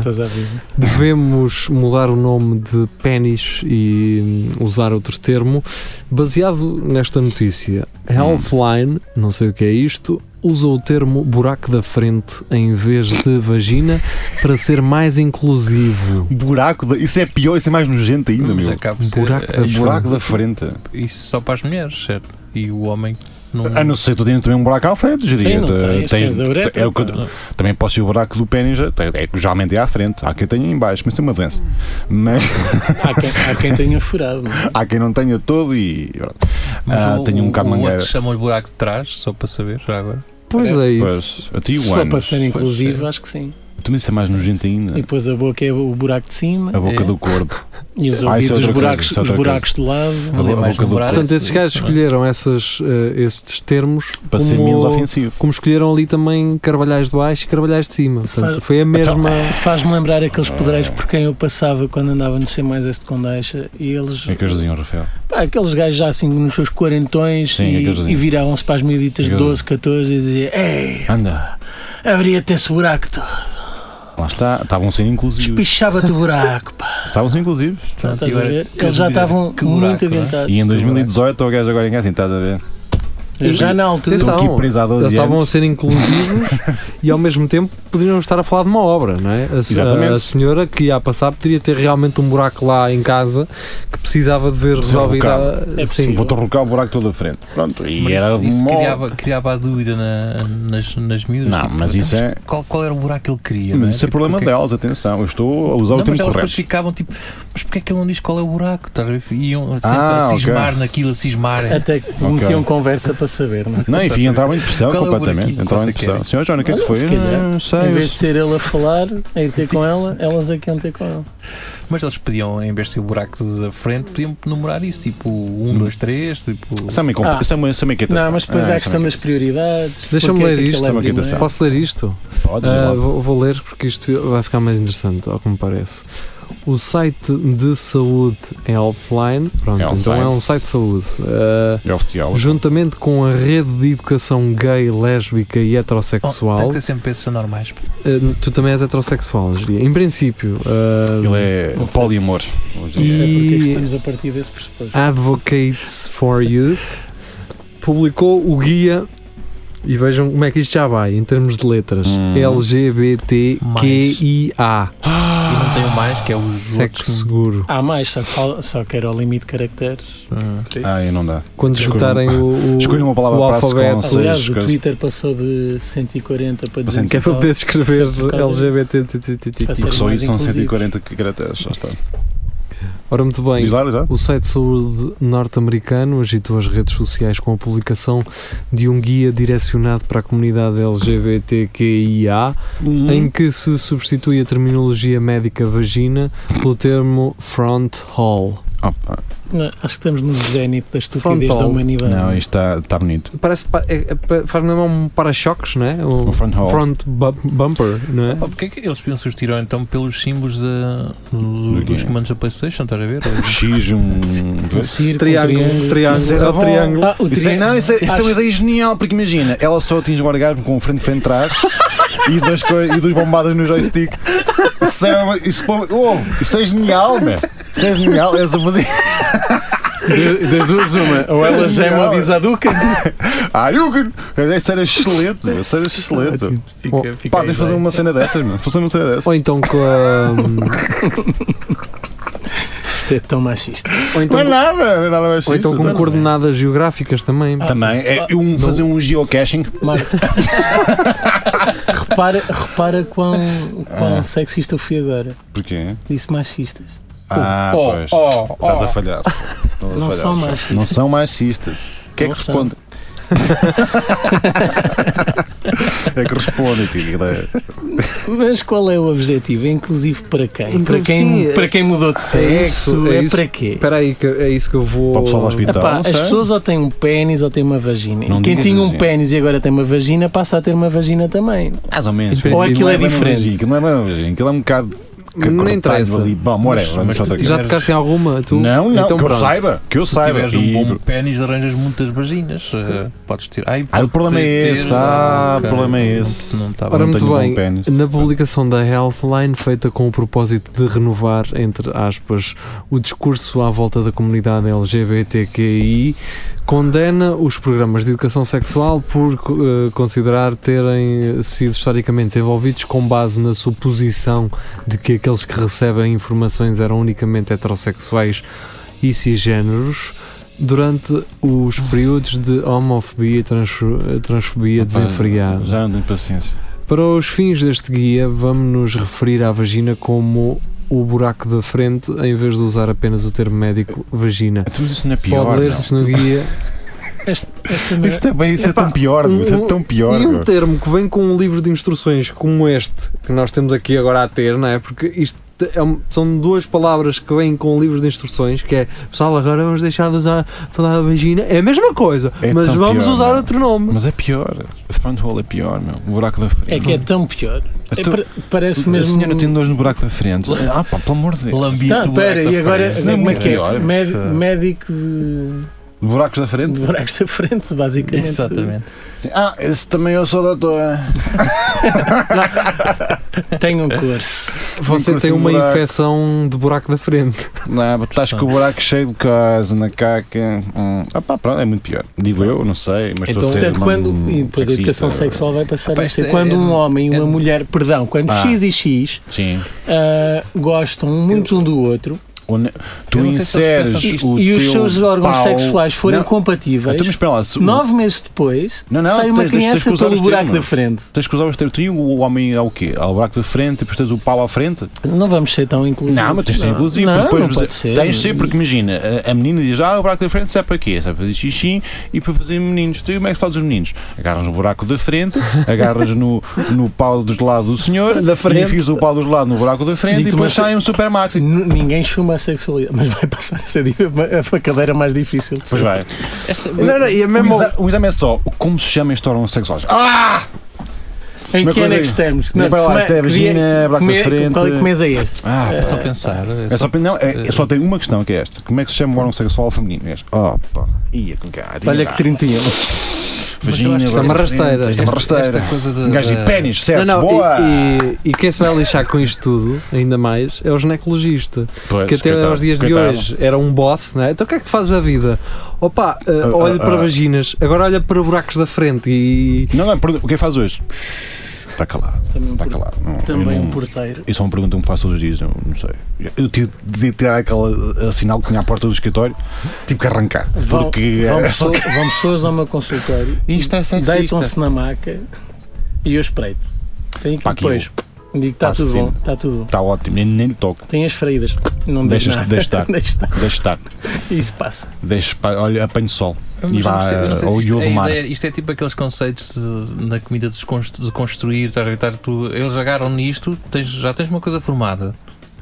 S3: devemos mudar o nome de pênis e hum, usar outro termo? Baseado nesta notícia, Healthline, não sei o que é isto, usa o termo buraco da frente em vez de vagina para ser mais inclusivo.
S2: Buraco, da- isso é pior, isso é mais nojento ainda,
S4: Mas
S2: meu.
S4: acaba de ser,
S3: Buraco da
S4: eh,
S3: frente.
S2: Buraco da frente.
S4: Isso só para as mulheres, certo? E o homem não.
S2: A não ser tu tens também um buraco à frente, diria.
S5: Tem, não tens, tens a uretra,
S2: é o que eu-
S5: pá.
S2: também posso ser o buraco do pênis, é, é- geralmente é à frente. Há quem tenha em baixo, mas isso é uma doença. Mas
S5: Há quem, há quem tenha furado. não é?
S2: há quem não tenha todo e. Ah,
S4: o-
S2: tenho um bocado
S4: o,
S2: de
S4: o
S2: mangueira.
S4: outro chamam-lhe buraco de trás, só para saber, já agora.
S3: Pois é isso.
S2: Pois, a ti
S5: Se
S2: o
S5: for
S2: ano.
S5: para ser inclusivo, acho que sim.
S2: Também isso é mais nojento ainda.
S5: E depois a boca é o buraco de cima
S2: A boca
S4: É.
S2: do corpo.
S5: e os
S2: Ah, isso é
S5: ouvidos, os
S2: outra coisa,
S5: buracos,
S2: isso é
S5: os
S2: outra
S5: buracos de lado.
S2: A
S4: Ali
S2: bo- a
S4: mais
S2: boca do
S4: dobrar.
S2: corpo.
S3: Portanto, esses gajos
S4: Isso, é?
S3: escolheram essas, eh, estes termos
S2: Para ser
S3: como-
S2: menos ofensivo.
S3: como escolheram ali também Carvalhais de baixo e Carvalhais de cima. Portanto,
S5: Faz- Então,
S3: foi a
S2: Então,
S3: mesma.
S5: Faz-me lembrar
S2: ah.
S5: aqueles pedreiros por quem eu passava quando andava no C mais este Condeixa e eles,
S2: É que eles diziam, Rafael.
S5: pá, aqueles gajos já assim nos seus quarentões
S2: Sim,
S5: e,
S2: aqueles-
S5: e viravam-se para as miuditas de
S2: Aqueles-
S5: 12, 14 e diziam Ei,
S2: Anda,
S5: abria-te esse buraco, tu.
S2: lá está. Estavam sendo inclusivos.
S5: espichava-te o buraco, pá.
S2: Estavam sendo inclusivos.
S5: Não, estás a
S4: agora,
S5: ver?
S4: que
S5: Eles já
S4: buraco,
S5: estavam
S4: que
S5: muito
S4: buraco, não é?
S5: adiantados.
S2: E em 2018 o gajo agora em casa, assim, estás a ver?
S5: Eu já na altura.
S3: Atenção,
S2: Estou aqui preso há 12
S3: Eles estavam a
S2: anos.
S3: ser inclusivos e ao mesmo tempo poderiam estar a falar de uma obra, não é? A, se-
S2: Exatamente.
S3: a senhora que ia a passar poderia ter realmente um buraco lá em casa que precisava de ver
S2: Ser
S3: resolvido.
S2: rebocado.
S3: a-
S5: É
S3: sim.
S2: Vou-te arrancar o buraco todo da frente. Pronto, e
S4: Mas
S2: era
S4: isso, isso
S2: mó-
S4: criava, criava a dúvida na- nas, nas miúdas.
S2: Não,
S4: tipo,
S2: mas
S4: então,
S2: isso é.
S4: Qual, qual era o buraco que ele queria? não
S2: Mas isso é
S4: Tipo,
S2: problema
S4: o que é que-
S2: delas, atenção. Eu estou a usar
S4: Não,
S2: o
S4: mas
S2: termo
S4: elas depois
S2: um correto.
S4: ficavam tipo, mas porquê é que ele não diz qual é o buraco? Estás a ver? Iam sempre
S2: Ah,
S4: a
S2: ok.
S4: cismar naquilo, a cismar.
S5: Até que metiam conversa para saber, não é?
S2: Não, enfim, entrava em pressão
S4: Qual é o
S2: completamente.
S4: buraquinho?
S2: Entrava em
S4: Qual é que
S2: pressão.
S4: era?
S2: Senhor Johnny, o que é que
S5: Olha,
S2: foi?
S5: se calhar.
S2: Não
S5: Em
S2: sei.
S5: vez de ser ele a falar, a ir ter com ela, elas aqui iam ter com ela.
S4: Mas eles pediam, em vez de ser o buraco da frente, podiam numerar isso, tipo 1, 2, 3, tipo.
S2: Isso é uma incompre-
S5: Ah.
S2: isso é uma- isso é uma inquietação.
S5: Não, mas depois
S2: Ah,
S5: há a
S2: isso é
S5: questão
S2: uma
S5: das prioridades.
S3: Deixa-me
S5: porque é
S3: ler
S5: que
S3: isto,
S5: aquele
S2: é uma
S5: primeiro.
S2: quitação.
S3: Posso ler isto?
S2: inquietação. Podes,
S3: Ah,
S2: diz lá.
S3: vou, vou ler porque isto vai ficar mais interessante, ao que me parece. O site de saúde é offline, pronto,
S2: É um
S3: então
S2: site.
S3: é um site de saúde. Ah,
S2: É oficial.
S3: juntamente com a rede de educação gay, lésbica e
S4: Oh,
S3: heterossexual.
S4: Tem que ser sempre pessoas normais.
S3: Uh, tu também és heterossexual, diria. Em princípio, uh,
S2: Ele é
S5: Não sei.
S2: poliamor. hoje em
S5: Não
S2: dia.
S5: sei
S3: E-
S5: porque é que estamos a partir desse pressuposto.
S3: Advocates for Youth publicou o guia e vejam como é que isto já vai em termos de letras.
S2: Hum.
S3: LGBTQIA.
S4: E não tem o mais, que é o
S3: Ah, Sexo seguro.
S5: Há mais, só que, fal- só que era ao limite de caracteres.
S2: Ai, Ah, não dá.
S3: Quando
S2: Escolham-
S3: juntarem o, o,
S2: Escolham uma
S3: o
S2: palavra para
S3: alfabeto.
S2: com
S5: Aliás,
S2: as
S5: o
S2: coisas.
S5: Twitter passou de 140 para 200
S3: que é para poder escrever
S5: Foi por causa
S3: LGBT.
S5: Parece-
S2: Porque só
S5: mais
S2: isso são
S5: inclusivo.
S2: 140 caracteres. Já está.
S3: Ora, muito bem.
S2: Diz lá, já?
S3: O site de saúde norte-americano agitou as redes sociais com a publicação de um guia direcionado para a comunidade LGBTQIA,
S2: Hum.
S3: em que se substitui a terminologia médica vagina pelo termo front hall.
S2: Opa,
S5: Não, Acho que estamos no zénito da estupidez
S3: Frontal.
S5: da humanidade.
S2: Não, isto está está bonito.
S3: Parece pa- é- é pa- faz-me lembrar um para-choques, não é?
S2: O
S3: O
S2: Um front hall.
S3: front bu- bumper, não é?
S4: Ah, porque é que eles pensam tiram então pelos símbolos da- do-
S2: Do quê?
S4: dos comandos da Playstation? Estás a ver?
S2: Um X, um.
S5: Um circo,
S3: Triângulo,
S5: um
S2: Isso
S3: triângulo,
S2: era
S3: é o
S2: bom.
S3: triângulo.
S5: Ah, o
S2: Isso é,
S5: triângulo.
S2: não, isso é, isso é uma
S5: Acho-
S2: ideia genial, porque imagina, ela só atinge o orgasmo com o frente frente trás e duas, coi- e duas bombadas no joystick. Isso é, uma- isso, pô- ouve, isso é genial, meu. Isso é genial, és a fazer.
S5: de- das duas, uma. Ou ela já é uma
S2: Não.
S5: bisaduca.
S2: Ah, eu, isso era excelente, meu. Isso era excelente.
S3: Fica-
S2: é- Pá, tens de fazer uma cena dessas, meu. Fazer uma cena dessas.
S3: Ou então com a.
S5: Isto é tão machista.
S3: Ou
S2: Não é
S3: então,
S2: nada, não é nada mais
S3: ou então
S2: isso,
S3: com
S2: não.
S3: coordenadas geográficas também.
S2: Também, é um, fazer um geocaching.
S5: Marco. repara, repara quão, quão
S2: Ah.
S5: sexista eu fui agora.
S2: Porquê?
S5: Disse machistas.
S2: Ah,
S4: Oh,
S2: pois.
S4: oh, oh.
S2: Estás a falhar. Estás a
S5: Não
S2: falhar.
S5: são machistas.
S2: Não são machistas. O que é que
S5: Não são.
S2: responde? é que responde aqui. aquilo é-
S5: Mas qual é o objetivo? É inclusivo para quem?
S3: Inclusive,
S5: para, quem
S3: sim, é-
S5: para quem mudou de sexo?
S3: isso, é
S5: É,
S3: isso.
S5: para quê?
S3: Espera aí, que é isso que eu vou.
S2: Para o pessoal do hospital.
S5: Epá,
S2: não
S5: as
S2: sei.
S5: pessoas ou têm um pênis ou têm uma vagina.
S2: Não
S5: e quem
S2: digas
S5: tinha um
S2: assim.
S5: pênis e agora tem uma vagina passa a ter uma vagina também.
S2: Mais ou menos.
S3: Ou
S5: aquilo é
S2: Não bem
S5: diferente.
S2: uma vagina, Aquilo não é bem uma vagina, aquilo é um bocado. que
S3: Não
S2: cortado
S3: interessa.
S2: Ali. Bom, more,
S4: Mas-
S2: vamos
S4: mas
S2: só outra
S4: tu
S3: Já
S2: coisa.
S4: tiveste-
S3: tocaste em alguma? Tu?
S2: Não, não,
S3: Então
S2: que eu
S3: pronto.
S2: saiba. Que eu
S4: Se
S2: saiba.
S4: tiveres um
S2: E- É.
S4: bom pênis, arranjas muitas vaginas. eh, podes tirar. Ai,
S2: Ah, o problema é
S4: pode ter-
S2: esse. Ah, o
S4: Ok,
S2: problema é
S4: não-
S2: esse.
S4: Não tá estava.
S3: Ora,
S2: não
S3: muito
S2: tenho um
S3: bem.
S2: bom pênis.
S3: Na publicação da Healthline, feita com o propósito de renovar, entre aspas, o discurso à volta da comunidade LGBTQI, condena os programas de educação sexual por eh, considerar terem sido historicamente desenvolvidos com base na suposição de que aqueles que recebem informações eram unicamente heterossexuais e cisgêneros. Durante os períodos de homofobia e transfo- transfobia desenfreada.
S2: Ah, Já não tenho paciência.
S3: Para os fins deste guia, vamos nos referir à vagina como o buraco da frente, em vez de usar apenas o termo médico vagina.
S2: Então, mas isso não é pior.
S3: Pode
S2: não.
S3: ler-se no guia
S5: Este, Esta merda-
S2: Isto é, bem, isso é,
S3: Epá,
S2: tão pior, meu, isso é
S3: um-
S2: tão pior.
S3: E um
S2: meu.
S3: termo que vem com um livro de instruções como este, que nós temos aqui agora a ter, não é? Porque isto é um- são duas palavras que vêm com um livro de instruções, que é pessoal, agora vamos deixar de usar falar a vagina, é a mesma coisa,
S2: É
S3: mas
S2: tão
S3: vamos
S2: pior,
S3: usar
S2: não é?
S3: outro nome.
S2: Mas é pior. A front hole é pior, meu. O buraco da frente.
S5: É que é tão pior. É
S2: Então,
S5: par- parece
S2: A
S5: mesmo.
S2: senhora tem um dois no buraco da frente. Ah, pá, pelo amor de Deus.
S4: Lambi
S5: Não, pera, e agora
S2: frente. Isso não é
S5: como é que
S2: pior,
S5: é?
S2: isso.
S5: Méd- médico de,
S2: Buracos da frente?
S5: de buracos da frente, basicamente.
S4: Exatamente.
S2: Ah, esse também eu sou doutor. é.
S5: Tem um curso.
S3: Você
S2: Nunca
S3: tem
S2: se
S3: uma
S2: um buraco.
S3: infecção de buraco da frente.
S2: Não, é, estás com o buraco cheio de coisa na caca. Hum. Ah, pá, pronto, é muito pior. Digo eu, não sei, mas estou
S4: Então,
S2: a ser.
S5: Portanto,
S2: um
S5: quando, e depois a
S2: sexista.
S5: educação sexual vai passar
S4: Pá,
S5: a
S4: isto
S5: ser
S4: é-
S5: quando um
S4: é-
S5: homem e uma
S4: é-
S5: mulher, perdão, quando
S2: Ah.
S5: X e X
S2: Sim.
S5: ah, gostam muito um do outro
S2: Onde- Tu
S4: Eu não sei se
S2: inseres.
S4: eles pensam nisto.
S2: o
S5: e os
S2: teu
S5: seus órgãos
S2: pau-
S5: sexuais forem
S2: Não,
S5: compatíveis,
S2: Então, mas espera lá, se o-
S5: nove meses depois
S2: Não, não,
S5: sai uma
S2: tens- tens- tens
S5: criança
S2: que usar
S5: pelo
S2: os
S5: buraco da
S2: termos.
S5: frente.
S2: tens que usar os teus. Tu e o homem ao quê? Ao buraco da frente, depois tens o pau à frente?
S5: Não vamos ser tão inclusivos.
S2: Não, mas tens de ser inclusivo.
S5: Não,
S2: depois
S5: não
S2: você-
S5: pode ser.
S2: Tens de ser, porque imagina, a, a menina diz: Ah, o buraco da frente serve para quê? Serve para fazer xixi e para fazer meninos. Tu como é que fazes os meninos? Agarras no buraco da frente, agarras no, no pau dos lados do senhor,
S3: Da frente.
S2: e enfias o pau dos lados no buraco da frente
S5: Digo-te
S2: e depois
S5: uma
S2: sai um super maxi.
S5: N- Ninguém chuma a sexualidade, mas vai passar a ser a a cadeira mais difícil. de
S2: Pois
S5: ser.
S2: vai.
S4: Esta-
S3: Não, não, e a
S2: O,
S3: mesma.
S2: exa o exame é só como se chama este órgão sexual. Ah!
S5: Em
S2: Uma
S5: que ano é
S2: coisa-
S5: que estamos?
S2: Não, para lá,
S5: sema-
S2: isto é a
S5: queria-
S2: vagina, buraco da
S5: comer-
S2: frente.
S5: Qual é que mês é este?
S2: Ah,
S4: É só
S2: pá.
S4: pensar.
S2: É só, não, é, é só tem uma questão que é esta: como é que se chama o órgão sexual feminino? É este. Oh, pá, ia com cara.
S5: Olha que 31.
S3: é uma rasteira.
S2: Vagina, buraco da frente, Isto é
S4: Mas eu acho que isto
S2: uma
S4: Esta- esta
S2: rasteira.
S4: coisa de- eh,
S2: Um gajo de
S4: da-
S2: pênis, certo?
S3: não, não,
S2: Boa!
S3: e, e, e quem se vai lixar com isto tudo, ainda mais, é o ginecologista.
S2: Pois,
S3: que até
S2: coitado,
S3: aos dias
S2: coitado.
S3: de hoje era um boss, não é? Então o que é que faz a vida? Opa, eh,
S2: Ah,
S3: olha
S2: ah,
S3: para
S2: ah.
S3: vaginas, agora olha para buracos da frente e.
S2: Não, não, pergunta, o que é que faz hoje? Está calado,
S5: Também um,
S2: está
S5: por-
S2: calado. Não, eu
S5: também um
S2: não-
S5: porteiro.
S2: Isso é uma pergunta que me faço todos os dias, eu não sei. Eu tive de tirar aquele eh, sinal que tinha à porta do escritório, tive que arrancar.
S5: Vão,
S2: porque
S5: vão,
S2: era só
S5: pessoa- vão pessoas ao meu consultório,
S2: Isto é sexista.
S5: deitam-se na maca e eu espreito. Tem que
S2: Pá, que
S5: depois. Digo, está
S2: Passo assim.
S5: tudo bom,
S2: sim.
S5: está tudo bom.
S2: Está ótimo, nem, nem lhe toco.
S5: Tem as feridas, não diz
S2: Deixas-
S5: nada.
S2: deixa estar.
S5: Deixa estar.
S2: Deixa estar.
S5: Isso passa.
S2: Deixa, pa- olha, apanho sol.
S4: Eu
S2: E
S4: não
S2: vá
S4: sei- eu não sei se
S2: ao
S4: isto,
S2: Io
S4: a
S2: do Mar.
S4: ideia- isto é tipo aqueles conceitos de- na comida de, desconstru- de construir, estás a gritar, tu, eles agarram nisto, tens- já tens uma coisa formada.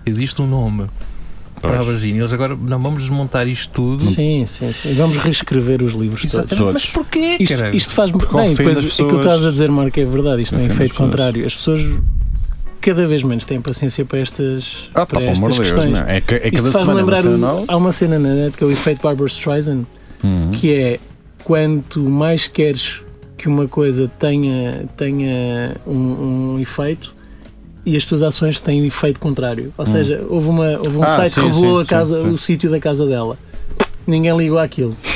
S4: Existe um nome para a
S2: Pois.
S4: vagina. Eles agora não vamos desmontar isto tudo.
S5: Sim, sim, sim. Vamos reescrever os livros todos.
S4: Exatamente. Mas
S2: Todos.
S4: porquê?
S5: Isto,
S4: caralho?
S5: isto faz
S2: Porque
S5: bem,
S2: ofende
S5: depois
S2: as
S5: aquilo que
S2: pessoas.
S5: estás a dizer, Marco, é verdade. Isto tem
S2: Ofende as
S5: efeito
S2: pessoas.
S5: contrário. As pessoas cada vez menos têm paciência para estas,
S2: Ah, pá,
S5: para
S2: pelo amor
S5: estas
S2: de Deus,
S5: questões.
S2: não. É, que- é
S5: Isto
S2: cada
S5: faz-me
S2: semana uma
S5: lembrar.
S2: cena
S5: o-
S2: nova.
S5: há uma cena na net que é o efeito Barbara Streisand,
S2: Uhum.
S5: que é quanto mais queres que uma coisa tenha, tenha um, um efeito. E as tuas ações têm um efeito contrário. Ou seja, houve, uma, houve um
S2: Hum. Ah,
S5: site que
S2: sim,
S5: revelou
S2: sim,
S5: a casa,
S2: sim, sim.
S5: o sítio da casa dela. Ninguém ligou àquilo.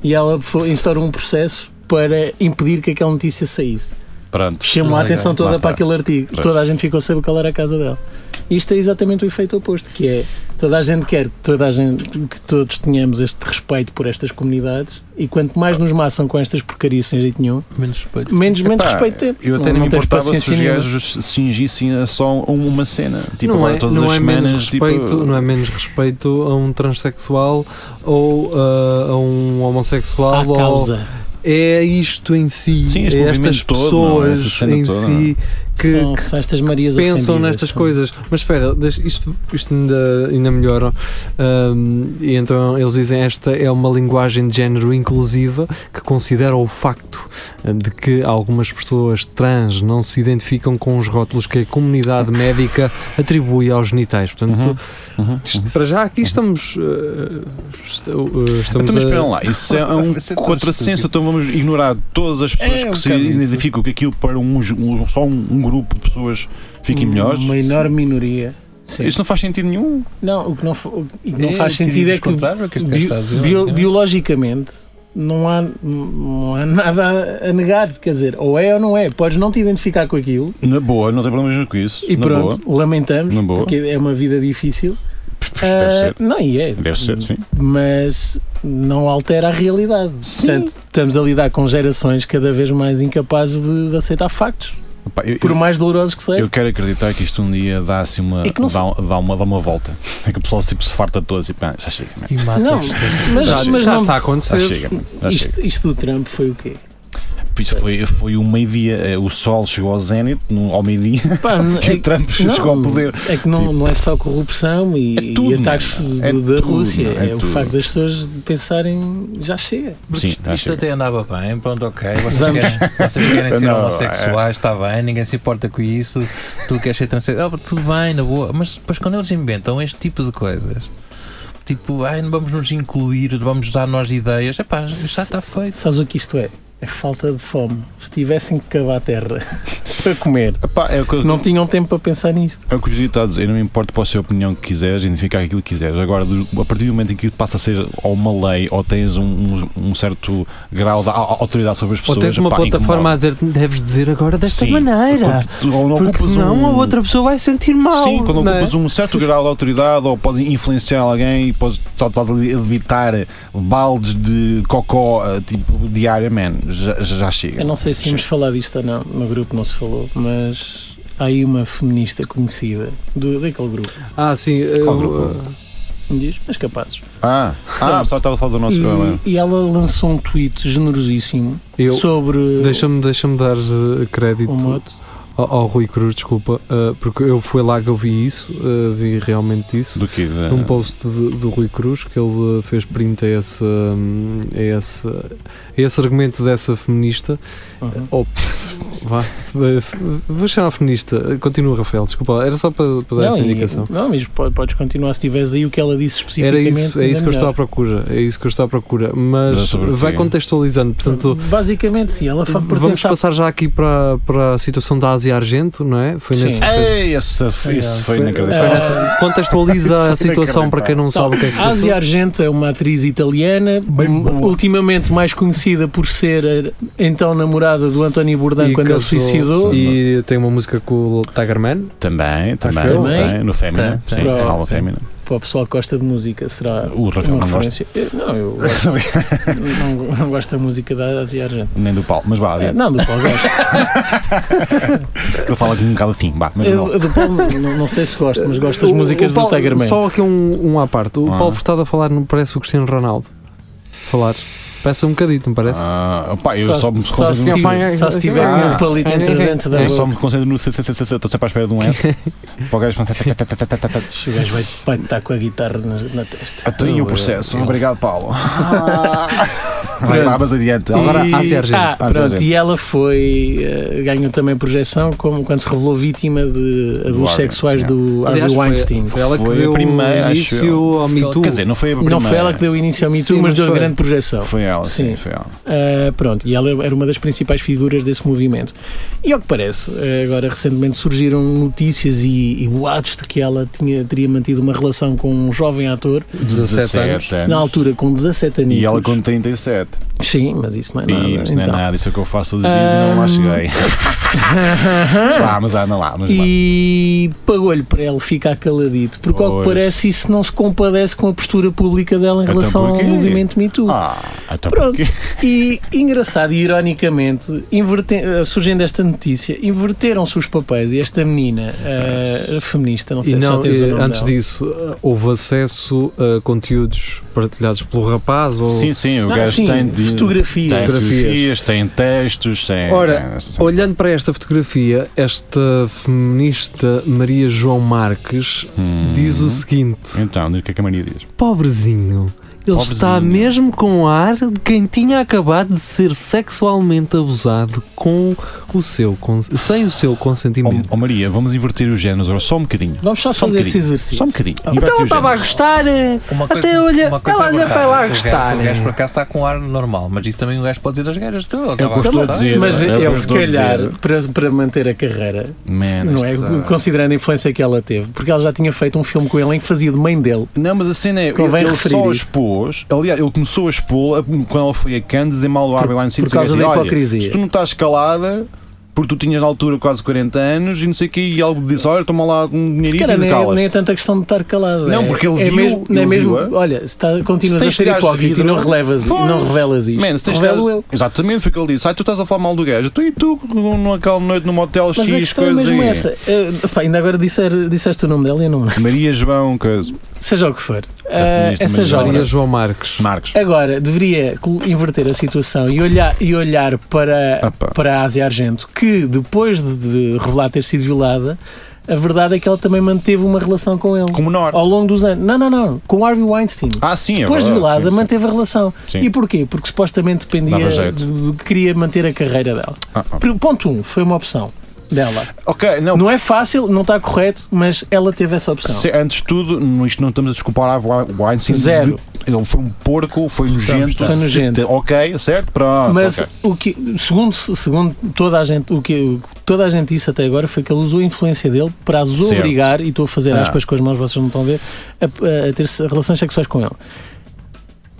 S5: E ela foi, instaurou um processo para impedir que aquela notícia saísse.
S2: Pronto.
S5: Chamou a
S4: Legal.
S5: atenção
S2: é, Lá
S5: toda
S2: está.
S5: para aquele artigo.
S2: Pois.
S5: Toda a gente ficou a saber qual era a casa dela. Isto é exatamente o efeito oposto, que é toda a gente quer que toda a gente que todos tenhamos este respeito por estas comunidades e quanto mais nos maçam com estas porcarias sem jeito nenhum,
S4: Menos respeito.
S5: menos, menos
S2: Pá,
S5: respeito temos.
S2: Eu até
S5: não,
S2: não, me
S5: tens
S2: importava se
S5: paciência
S2: os
S5: nenhuma.
S2: gajos singissem a só um- uma cena. Tipo,
S3: não
S2: agora
S3: é,
S2: todas
S3: não
S2: as
S3: é menos
S2: semanas. tipo,
S3: respeito, não é menos respeito a um transexual ou ah, a um homossexual
S5: à
S3: ou-
S5: causa.
S3: é isto em si,
S2: Sim, este
S3: é estas
S2: movimento todo, não é? Essa
S3: pessoas
S2: cena
S3: em
S2: toda,
S3: si que,
S5: são, são estas Marias
S3: pensam
S5: ofendidas,
S3: nestas
S5: são-
S3: coisas. Mas espera, deixa- isto, isto ainda, ainda melhora. Ahm, e então eles dizem esta é uma linguagem de género inclusiva que considera o facto ah, de que algumas pessoas trans não se identificam com os rótulos que a comunidade médica atribui aos genitais. Portanto,
S2: Uhum.
S3: isto- para já aqui estamos. eh, est- eh, estamos
S2: Então, mas
S3: a-
S2: esperam lá, isso é um
S4: Isso é tão
S2: contrassenso. Então vamos ignorar todas as pessoas
S4: É, um
S2: que se
S4: bocado isso.
S2: identificam que aquilo para um, um- só um, um grupo de pessoas fiquem melhores.
S5: Uma enorme minoria. Sim.
S2: Isso não faz sentido nenhum.
S5: Não, o que não, fa- o que não
S4: É,
S5: faz sentido é
S4: teoria
S5: que
S4: contrária, que este gajo
S5: Bio-
S4: está a dizer,
S5: bio-
S4: não é?
S5: biologicamente não há, não há nada a- a negar, quer dizer, ou é ou não é. Podes não te identificar com aquilo
S2: Na boa, não tem problema nenhum com isso.
S5: e
S2: Na
S5: pronto,
S2: boa.
S5: lamentamos,
S2: Na boa.
S5: porque é uma vida difícil.
S2: Pois, pois, Deve
S5: Ah,
S2: ser.
S5: Não, e é.
S2: Deve ser, sim.
S5: Mas não altera a realidade. Portanto, estamos a lidar com gerações cada vez mais incapazes de, de aceitar factos.
S2: Pá, eu,
S5: Por mais dolorosos que
S2: eu,
S5: sejam.
S2: eu quero acreditar que isto um dia dá assim uma.
S5: É que não
S2: dá, dá uma, dá uma volta. É que o pessoal tipo, se farta de todos e pá, já chega. man.
S4: E mata
S5: Não,
S4: isto.
S5: Mas,
S3: já,
S5: mas
S3: já
S5: não,
S3: está a
S2: Já
S3: acontecer.
S2: chega. man, Já chega.
S5: isto, isto do Trump foi o quê?
S2: Isso foi, foi o meio-dia. eh, O sol chegou ao zénito, no- ao meio-dia,
S5: Pá,
S2: que o Trump chegou ao poder.
S5: É que não,
S2: Tipo,
S5: não é só corrupção e,
S2: é tudo,
S5: e ataques
S2: mano. É
S5: do- da
S2: tudo,
S5: Rússia.
S2: mano. É
S5: É, o
S2: tudo.
S5: facto das pessoas pensarem já chega.
S4: Porque
S2: Sim,
S4: isto,
S2: já
S4: isto
S2: chega.
S4: até andava bem, pronto, ok. Vocês querem, vocês querem ser
S2: Não,
S4: homossexuais, está bem, ninguém se importa com isso. Tu queres ser transexual, ah, tudo bem, na boa. Mas depois, quando eles inventam este tipo de coisas, tipo, ai, não vamos nos incluir, vamos dar nós ideias, epá, já está feito.
S5: Sabes o que isto é? É falta de fome. Se tivessem que cavar a terra para comer,
S2: Epá, é o que eu-
S5: não tinham tempo para pensar nisto.
S2: É o que os ditados, eu não me importo para a ser a opinião que quiseres, identificar aquilo que quiseres. Agora, do- a partir do momento em que passa a ser ou uma lei ou tens um, um- um certo grau de au- autoridade sobre as
S3: Ou
S2: pessoas.
S3: tens uma
S2: pá,
S3: plataforma
S2: incomoda.
S3: a dizer deves dizer agora desta
S2: Sim.
S3: maneira.
S2: Quando tu- ou não
S3: Porque
S2: ocupas
S3: senão
S2: um-
S3: a outra pessoa vai sentir mal.
S2: Sim, quando
S3: não é?
S2: ocupas um certo grau de autoridade ou podes influenciar alguém e podes só estás ali a debitar baldes de cocó eh, tipo, diariamente, já, já já chega.
S5: Eu não sei se íamos falar disto ou não, no grupo não se falou, mas há aí uma feminista conhecida do, daquele grupo.
S3: Ah, sim.
S2: Qual
S3: eu-
S2: grupo?
S5: Me diz, mas capazes.
S2: Ah, ah, só estava a falar do nosso problema.
S5: E, e ela lançou um tweet generosíssimo
S3: eu-
S5: sobre
S3: Deixa-me deixa dar eh, crédito
S5: o moto.
S3: ao, ao Rui Cruz, desculpa, eh, porque eu fui lá que eu vi isso, eh, vi realmente isso.
S2: Do que? da-
S5: um
S3: num post do, do Rui Cruz que ele eh, fez print a esse, hum, a esse, a esse argumento dessa feminista.
S5: Uhum.
S3: Ou, vá, eh, vou chamar feminista. Continua, Rafael, desculpa. Era só para, para dar é, essa
S5: e-
S3: indicação.
S5: não, mas po- podes continuar se tiveres aí o que ela disse
S3: Era
S5: especificamente.
S3: isso, é
S5: ainda
S3: isso que eu estou à
S5: melhor.
S3: procura. É isso que eu estou à procura.
S2: Mas é
S3: Mas
S2: sobre o
S3: vai
S2: quê?
S3: contextualizando, portanto.
S5: Basicamente, sim, ela fa-
S3: Vamos
S5: pertence à
S3: passar já aqui para, para a situação da Ásia Argento, não é? Foi
S5: Sim.
S3: nesse.
S2: Ei, esse,
S5: É,
S2: isso foi
S3: Foi-
S2: inacreditável.
S5: nessa-
S3: Contextualiza a
S2: Foi
S3: situação
S2: inacreditável.
S3: para quem não sabe o que é que se passou.
S5: Asia Argento é uma atriz italiana, um,
S2: boa.
S5: ultimamente mais conhecida por ser a então namorada do António Bourdain
S3: E
S5: quando ele
S3: casou-se.
S5: suicidou.
S3: E tem uma música com o Tigerman.
S5: é.
S2: Também, também,
S3: eu.
S2: também, no Fémina.
S4: Tá,
S2: sim,
S5: tá.
S2: Alma
S4: Sim.
S2: Fémina.
S5: Para o pessoal que gosta de música, será
S2: O Rafael
S5: uma
S2: não gosta
S5: referência. Eu- Não, eu gosto, não, não gosto da música da Asia Argento.
S2: nem do Paulo, mas vá,
S5: É,
S2: adiante.
S5: Não, do Paulo gosto.
S2: Ele fala com um bocado assim, vá, mas não.
S5: Eu, do Paulo não, não sei se gosto, mas gosto das
S3: O-
S5: músicas
S3: o Paulo-
S5: do Tigerman.
S3: Só aqui um, um à parte. O
S2: Ah.
S3: Paulo Furtado a falar não parece o Cristiano Ronaldo. Falar. Parece um bocadito, não parece?
S2: Ah, opá, eu só, me
S5: só, se
S2: concentro no-
S5: tiver, só se tiver
S2: Ah.
S5: um palito entre os dentes da
S2: eu só
S5: boca.
S2: me concentro no c- c- c- c- estou sempre à espera de um S. para o gajo falar. tac, tac, tac, tac, tac, tac.
S5: O gajo vai, vai estar com a guitarra na, na testa.
S2: Então, e o processo? Obrigado, Paulo. Ah. Vai lá, mas adiante.
S3: Agora,
S5: E-
S3: Ásia Argento.
S5: Ah,
S2: Ásia
S5: pronto,
S2: Argento.
S5: e ela foi. eh, ganhou também projeção como quando se revelou vítima de abusos
S2: Harvey,
S5: sexuais
S2: yeah.
S5: do Harvey
S3: Aliás, foi-
S5: Weinstein.
S3: Foi ela que
S2: Foi a
S3: deu
S2: primeira, acho
S3: início
S2: eu.
S3: ao Me Too.
S2: Quer dizer, não foi a primeira.
S5: Não foi ela que deu início ao Me Too,
S3: Sim,
S5: mas
S3: mas
S5: deu
S3: foi.
S5: grande projeção.
S2: Foi ela, sim,
S5: Sim.
S2: foi ela.
S5: Ah, pronto, e ela era uma das principais figuras desse movimento. E ao que parece, eh, agora recentemente surgiram notícias e, e boatos de que ela tinha, teria mantido uma relação com um jovem ator,
S3: 17 anos.
S5: na altura com 17 anos.
S2: E ela com 37.
S5: Sim, mas isso não é nada.
S2: E isto não é
S5: então.
S2: nada, Ah. isso é o que eu faço todos os dias e não lá
S5: Ahm.
S2: cheguei. Vá, mas anda lá, mas vá.
S5: E pagou-lhe para ele ficar caladito, porque ao
S2: Pois.
S5: que parece isso não se compadece com a postura pública dela em
S2: Então
S5: relação ao
S2: porquê?
S5: movimento Me Too.
S2: Ah, então
S5: Pronto.
S2: porquê?
S5: E engraçado e ironicamente, inverte- eh, surgindo esta notícia, inverteram-se os papéis e esta menina eh, feminista, não sei
S3: E
S5: se
S3: não,
S5: só tens o
S3: eh,
S5: nome
S3: antes
S5: dela.
S3: disso, eh, houve acesso a conteúdos partilhados pelo rapaz? Ou...
S2: Sim, sim, o
S5: Não,
S2: gajo
S5: sim,
S2: tem de-
S5: fotografias.
S2: tem
S3: Fotografias.
S2: fotografias, tem textos, tem.
S3: Ora,
S2: tem-
S3: Olhando para esta fotografia, esta feminista Maria João Marques
S2: Hum.
S3: diz
S4: Uhum.
S3: o seguinte:
S2: Então, diz o que é que a Maria diz?
S3: Pobrezinho. Ele
S2: Pobrezinho.
S3: está mesmo com ar de quem tinha acabado de ser sexualmente abusado com o seu cons- sem o seu
S2: Ó
S3: consentimento.
S2: ó, Maria, vamos inverter os géneros, ora, só um bocadinho.
S5: Vamos só
S2: Só um
S5: fazer esse
S2: bocadinho.
S5: exercício.
S2: Só um bocadinho.
S4: Oh,
S5: Ah,
S2: inverte
S3: Então eu
S2: os
S3: estava a
S2: géneros.
S3: gostar. eh?
S4: Uma
S3: Até
S4: coisa,
S3: olha-
S4: uma coisa
S3: ela olha
S4: bacana.
S3: para lá
S4: O é gajo-
S3: gostar,
S4: O gajo
S3: né?
S4: por acaso está com ar normal, mas isso também o gajo pode dizer às gajas. "Tu, eu estava a
S2: gosto de
S4: gostar."
S2: dizer.
S5: Tá Mas
S2: É o que eu
S5: ele, se
S2: estou a
S5: calhar,
S2: dizer.
S5: para, para manter a carreira,
S2: Man,
S5: não é?
S2: esta-
S5: Considerando a influência que ela teve, porque ela já tinha feito um filme com ele em que fazia de mãe dele.
S2: Não, mas a cena é.
S5: Convém
S2: ele
S5: referir
S2: só
S5: isso.
S2: expôs. Aliás, ele começou a expô-la quando ela foi a Kansas em Mal do Harvey Weinstein.
S5: por causa
S2: dizia
S5: da
S2: assim, "Olha,
S5: hipocrisia."
S2: Se tu não estás calada. porque tu tinhas na altura quase 40 anos e não sei o quê, e algo disse: Olha, toma lá um
S5: Se
S2: dinheirinho
S5: calhar
S2: e
S5: nem, é- nem
S2: calas.
S5: é tanta questão de estar calado.
S2: Não,
S5: é-
S2: porque ele
S5: é
S2: viu,
S5: mesmo, não é
S2: ele
S5: mesmo,
S2: viu, é?
S5: olha, se tá- continuas
S2: Se
S5: a
S2: tens
S5: ser
S2: gajos de
S5: hipócrita e
S2: vidro-
S5: não, relevas,
S2: Pois.
S5: não revelas isto.
S2: Man, se tens
S5: Revelo
S2: estado-
S5: eu.
S2: Exatamente, foi o que ele disse. Ah, tu estás a falar mal do gajo. Tu e tu, naquela noite numa hotel
S5: Mas
S2: X,
S5: a questão é
S2: coisa
S5: mesmo
S2: e-
S5: essa. Eu- pá, ainda agora disser- disseste o nome dela e eu não.
S2: Maria João, coisa.
S5: Seja o que for. Ah,
S2: feminista,
S5: essa
S2: mas
S5: jovem.
S3: Maria João Marques.
S2: Marcos.
S5: Agora, deveria col- inverter a situação e olhar, e olhar para,
S2: Ah, pá.
S5: para a Ásia Argento, que depois de, de revelar ter sido violada, a verdade é que ela também manteve uma relação com ele
S2: Com menor.
S5: ao longo dos anos. Não, não, não. Com Harvey Weinstein.
S2: Ah, sim, é
S5: Depois de
S2: verdade,
S5: violada,
S2: sim, sim.
S5: manteve a relação.
S2: Sim.
S5: E porquê? Porque supostamente
S2: Dava
S5: dependia
S2: jeito.
S5: do que queria manter a carreira dela.
S2: Ah, ah.
S5: Pr- Ponto 1, um, foi uma opção dela.
S2: Ok, não.
S5: Não é fácil, não está correto, mas ela teve essa opção.
S2: se- antes de tudo, não- isto não estamos a desculpar ah, a Wa- Weinstein. de-
S5: Zero.
S2: ele foi um porco, foi nojento.
S5: Foi nojento.
S2: se- Ok, certo? Pronto.
S5: Mas
S2: Ah, ok.
S5: o que, segundo, segundo toda a gente, o que o que toda a gente disse até agora foi que ele usou a influência dele para as
S2: Certo.
S5: obrigar, e estou a fazer
S2: Ah.
S5: aspas com as mãos, vocês não estão a ver, a, a- a ter se- relações sexuais com ele.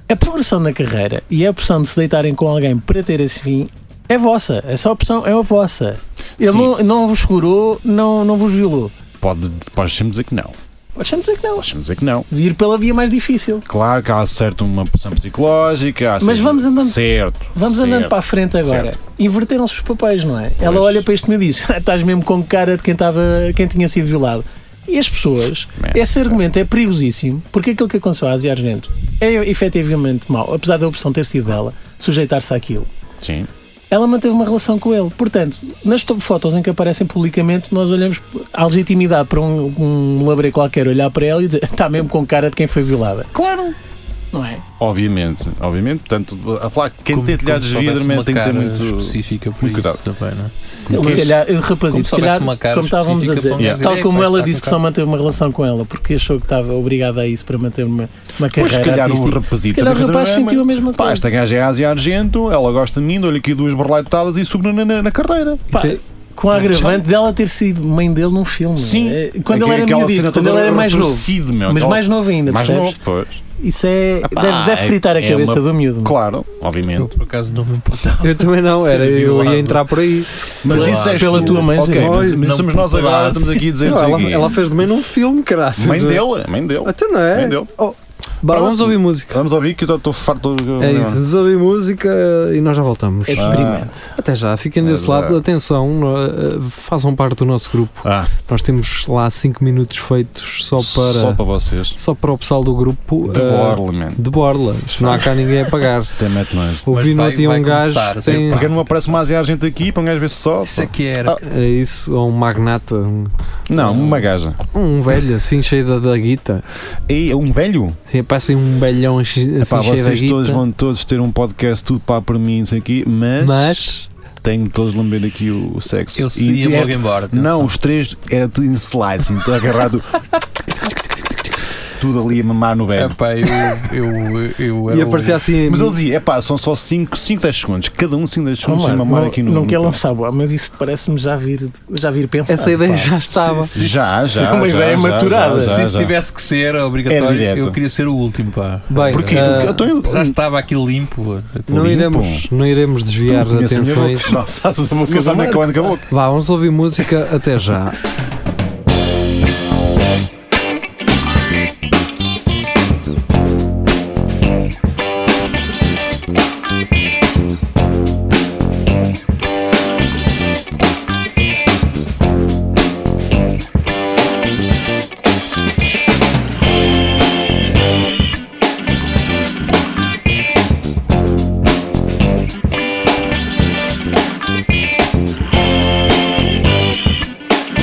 S5: A progressão na carreira e a opção de se deitarem com alguém para ter esse fim é vossa. Essa opção é a vossa. Ele
S2: Sim.
S5: não, não vos curou, não, não vos violou.
S2: Pode, podes sempre dizer que não.
S5: Podes sempre dizer que não.
S2: Podes sempre dizer que não.
S5: Ir pela via mais difícil.
S2: Claro que há certo uma pressão psicológica. há
S5: Mas
S2: certo-
S5: vamos andando-
S2: Certo.
S5: Vamos
S2: certo.
S5: andando para a frente agora. Inverteram-se os papéis, não é?
S2: é.
S5: Ela
S2: Pois.
S5: olha para este e diz: estás mesmo com cara de quem, estava, quem tinha sido violado. E as pessoas,
S2: Man,
S5: esse argumento é perigosíssimo, porque aquilo que aconteceu à Asia Argento é efetivamente mau, apesar da opção ter sido dela, sujeitar-se àquilo.
S2: Sim.
S5: Ela manteve uma relação com ele. Portanto, nas to- fotos em que aparecem publicamente, nós olhamos à legitimidade para um, um labre qualquer olhar para ela e dizer: está mesmo com cara de quem foi violada.
S2: Claro.
S5: Não é?
S2: Obviamente. Obviamente. Portanto, a falar que quem
S4: Como-
S2: tem
S4: como
S2: telhados
S4: se
S2: um de
S4: houvesse
S2: vidro
S4: uma
S2: man, tem que ter
S4: cara
S2: muito.
S4: específica para
S2: muito
S4: isso
S2: cuidado.
S4: também, não é?
S5: Ele, se
S2: Como
S5: calhar, rapazito,
S4: como
S5: se
S4: se
S5: calhar,
S4: houvesse uma cara
S5: como estávamos
S4: específica
S5: a dizer,
S4: para um
S2: nós
S5: tal
S4: dizer,
S5: como
S4: "Ei,
S5: ela
S4: pá,
S5: disse que
S4: está
S5: só
S4: com
S5: manteve uma relação com ela, porque achou que estava obrigada a isso para manter uma, uma
S2: Pois, se
S5: carreira
S2: calhar um o
S5: artística.
S2: rapazito.
S5: Se calhar o
S2: também fez
S5: rapaz
S2: mesma-
S5: sentiu a mesma
S2: Pá,
S5: coisa.
S2: esta gaja é Ásia Argento, ela gosta de mim, dou-lhe aqui duas borlaitadas e subo na, na, na carreira.
S5: Pá,
S3: Te-
S5: com a agravante dela ter sido mãe dele num filme.
S2: Sim.
S5: É, Quando
S2: É
S5: ele
S2: que-
S5: era
S2: aquela
S5: miúdito,
S2: cena
S5: quando
S2: toda
S5: ele era mais novo.
S2: retorcida, meu,
S5: Mas
S2: aquela-
S5: mais novo ainda,
S2: Mais
S5: percebes?
S2: novo, pois.
S5: Isso é.
S2: Epá,
S5: deve, deve
S2: é-
S5: fritar a
S2: é
S5: cabeça
S2: uma-
S5: do miúdo.
S2: Claro,
S4: Eu
S2: obviamente.
S4: por acaso não me importava.
S3: Eu também não,
S4: Ser
S3: era, eu
S4: violado.
S3: ia entrar por aí.
S2: Mas
S4: Pela-
S2: isso é
S5: pela
S2: tu.
S5: tua mãe,
S2: Ok,
S5: sim.
S2: mas, mas
S4: Não
S2: somos nós agora, estamos aqui a dizer
S3: Não,
S2: não,
S3: ela, ela fez de mãe num filme, caraças.
S2: Mãe dele, mãe dele.
S3: Até não é?
S2: Mãe dele.
S3: Oh, bora, vamos ouvir música.
S2: Vamos ouvir que eu estou farto.
S3: É isso, vamos ouvir música e nós já voltamos.
S5: É
S2: Ah,
S5: experimento.
S3: Até já, fiquem
S2: Até
S3: desse
S2: já.
S3: lado, atenção, no- eh, façam parte do nosso grupo.
S2: Ah,
S3: Nós temos lá 5 minutos feitos só para,
S2: Só para vocês.
S3: só para o pessoal do grupo
S2: De
S3: eh,
S2: borla, man.
S3: de Borla. Isto não há cá ninguém a pagar.
S2: Até mete mais.
S3: Ouvi no
S4: vai-
S3: outro dia
S4: vai
S3: um gajo
S4: começar,
S3: que
S4: sim,
S3: tem.
S2: Porque não aparece mais a gente aqui para um gajo ver se só.
S4: Isso é que era.
S2: Ah,
S3: Era isso, ou um magnata, um,
S2: Não, uma gaja.
S3: um velho assim cheio da, da guita.
S2: E um velho?
S3: Sim, parece um belhão assim
S2: Epá,
S3: cheio da
S2: vocês
S3: guita.
S2: todos vão todos ter um podcast tudo pá por mim, isso aqui, mas,
S3: Mas
S2: tenho de todos lamber aqui o, o sexo.
S4: Eu se ia
S2: é-
S4: logo embora. atenção.
S2: Não, os três era tudo em slide, assim, tudo agarrado. tudo ali a mamar no
S4: É
S2: velho.
S4: pá, eu, eu, eu era
S3: ia aparecer assim.
S2: Mas ele dizia, é pá, são só 5, 5, 10 segundos, cada um 5, 10
S5: Oh,
S2: segundos sem
S5: mano,
S2: mamar
S5: não,
S2: aqui no
S5: não
S2: no-
S5: quer lançar boa, mas isso parece-me já vir, já vir pensado.
S3: essa ideia
S5: pá.
S3: já estava.
S4: Sim,
S2: Já, já.
S5: é uma
S2: já,
S5: ideia
S2: já,
S5: maturada.
S2: já, já,
S4: Se
S2: já.
S4: isso tivesse que ser
S2: Era
S4: obrigatório,
S2: direto. Hum.
S4: eu queria ser o último, pá.
S3: Bem,
S2: Porquê? Então,
S3: ah,
S2: Eu tenho-
S4: Já estava aqui limpo.
S3: não,
S2: limpo.
S3: iremos, não iremos desviar
S2: um. Não conheço a minha
S5: é
S3: atenções.
S2: boca, Não sabes a boca, sabe nem que eu ando com a boca.
S3: Vá, vamos ouvir música até já.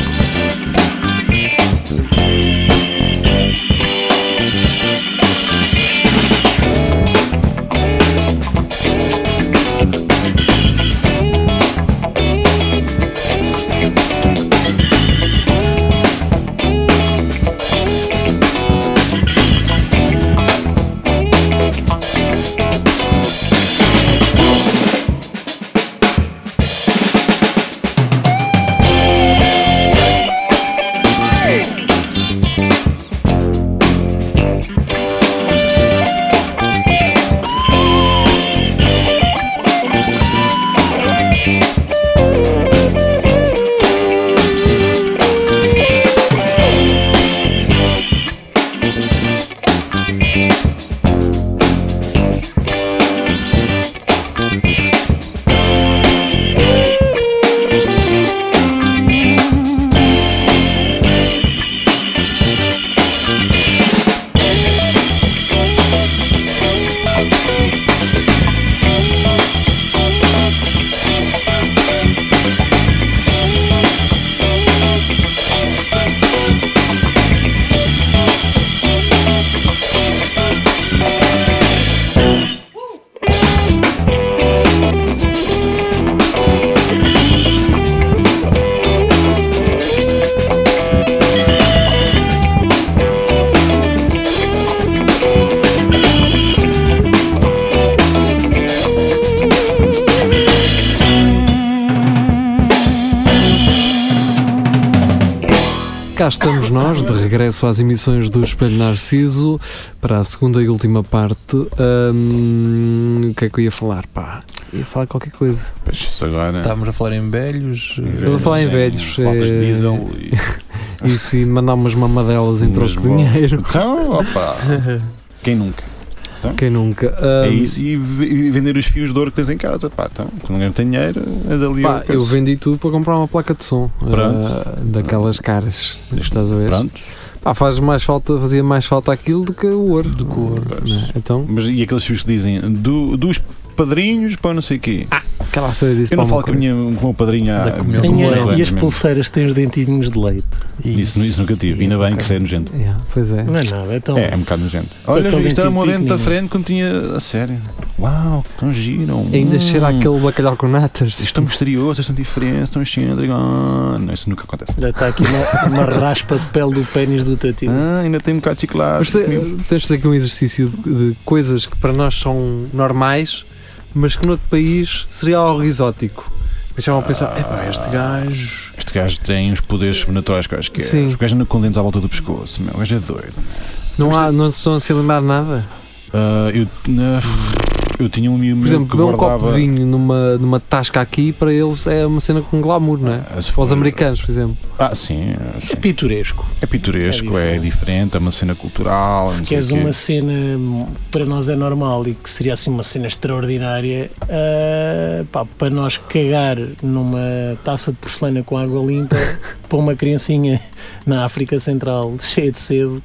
S6: Thank
S3: Cá estamos nós, de regresso às emissões do Espelho Narciso, para a segunda e última parte. Hum, o que é que eu ia falar? Pá, ia falar qualquer coisa.
S2: Pois isso agora. é.
S4: Estávamos a falar em velhos. eh,
S3: Eu vou falar em velhos,
S2: Faltas de
S3: eh,
S2: diesel e.
S3: E se mandar umas mamadelas em troco de
S2: Lisboa.
S3: dinheiro.
S2: Então, opa! Quem nunca?
S3: Quem nunca?
S5: Um,
S2: É
S3: Hum,
S2: isso. E, v- e vender os fios de ouro que tens em casa. Pá, então, quando ninguém tem dinheiro, é dali.
S3: Pá,
S2: o coisa.
S3: eu vendi tudo para comprar uma placa de som
S2: Pronto.
S3: ah, daquelas caras. Estás a ver?
S2: Pronto.
S3: Pá, faz mais falta, fazia mais falta aquilo do que o ouro. Do que o
S2: ouro.
S3: Então,
S2: Mas e aqueles fios que dizem do- dos padrinhos para não sei o quê?
S3: Ah,
S2: Tipo,
S3: aquela série disse
S2: eu não
S3: pá, uma
S2: falo com, a
S3: coisa.
S2: minha, com o meu padrinho há.
S4: Da comunhão
S2: há
S4: de
S2: muitos
S4: Tem,
S5: Dinheiro.
S2: anos
S5: E as
S2: mesmo.
S5: pulseiras têm os dentinhos de leite.
S2: Isso, isso nunca tive. Ainda bem que isso é nojento.
S3: Yeah, pois é.
S5: Não é nada, é tão.
S2: É, é um bocado nojento. Olha,
S5: aquele
S2: isto era o meu
S5: dentinho
S2: dente da
S5: pequenino.
S2: frente quando tinha. A sério. Uau, tão giram.
S3: Ainda cheira
S2: Hum.
S3: aquele bacalhau com natas.
S2: Estão misteriosos, estão diferentes, estão enchendo. Ah, Não, isso nunca acontece.
S5: Ainda está aqui uma, uma raspa de pele do pênis do Tati.
S2: Ah, ainda tem um bocado de chiclado.
S3: Mas te- tens de fazer aqui um exercício de, de coisas que para nós são normais, mas que noutro país seria algo exótico. Deixavam a pensar,
S2: Ah,
S3: epá, este gajo.
S2: Este gajo tem uns poderes sobrenaturais que eu acho que
S3: Sim.
S2: é. O gajo anda com dentes à volta do pescoço, meu. O gajo é doido.
S3: Não, há, não se estão a se lembrar de nada.
S2: Ah, eu, na- eu tinha um amigo
S3: Por
S2: meu
S3: exemplo,
S2: que
S3: beber um
S2: guardava.
S3: copo de vinho numa, numa tasca aqui, para eles é uma cena com glamour, não é?
S2: Ah, se
S3: Para os
S2: for-
S3: americanos, por exemplo.
S2: Ah, sim. é,
S5: É
S2: sim.
S5: pitoresco.
S2: É pitoresco, é diferente, é,
S5: É diferente.
S2: uma cena cultural. Oh,
S5: Se
S2: não sei
S5: queres
S2: o quê.
S5: uma cena hum, para nós é normal e que seria assim uma cena extraordinária, ah, pá, para nós cagar numa taça de porcelana com água limpa para uma criancinha na África Central cheia de sebo,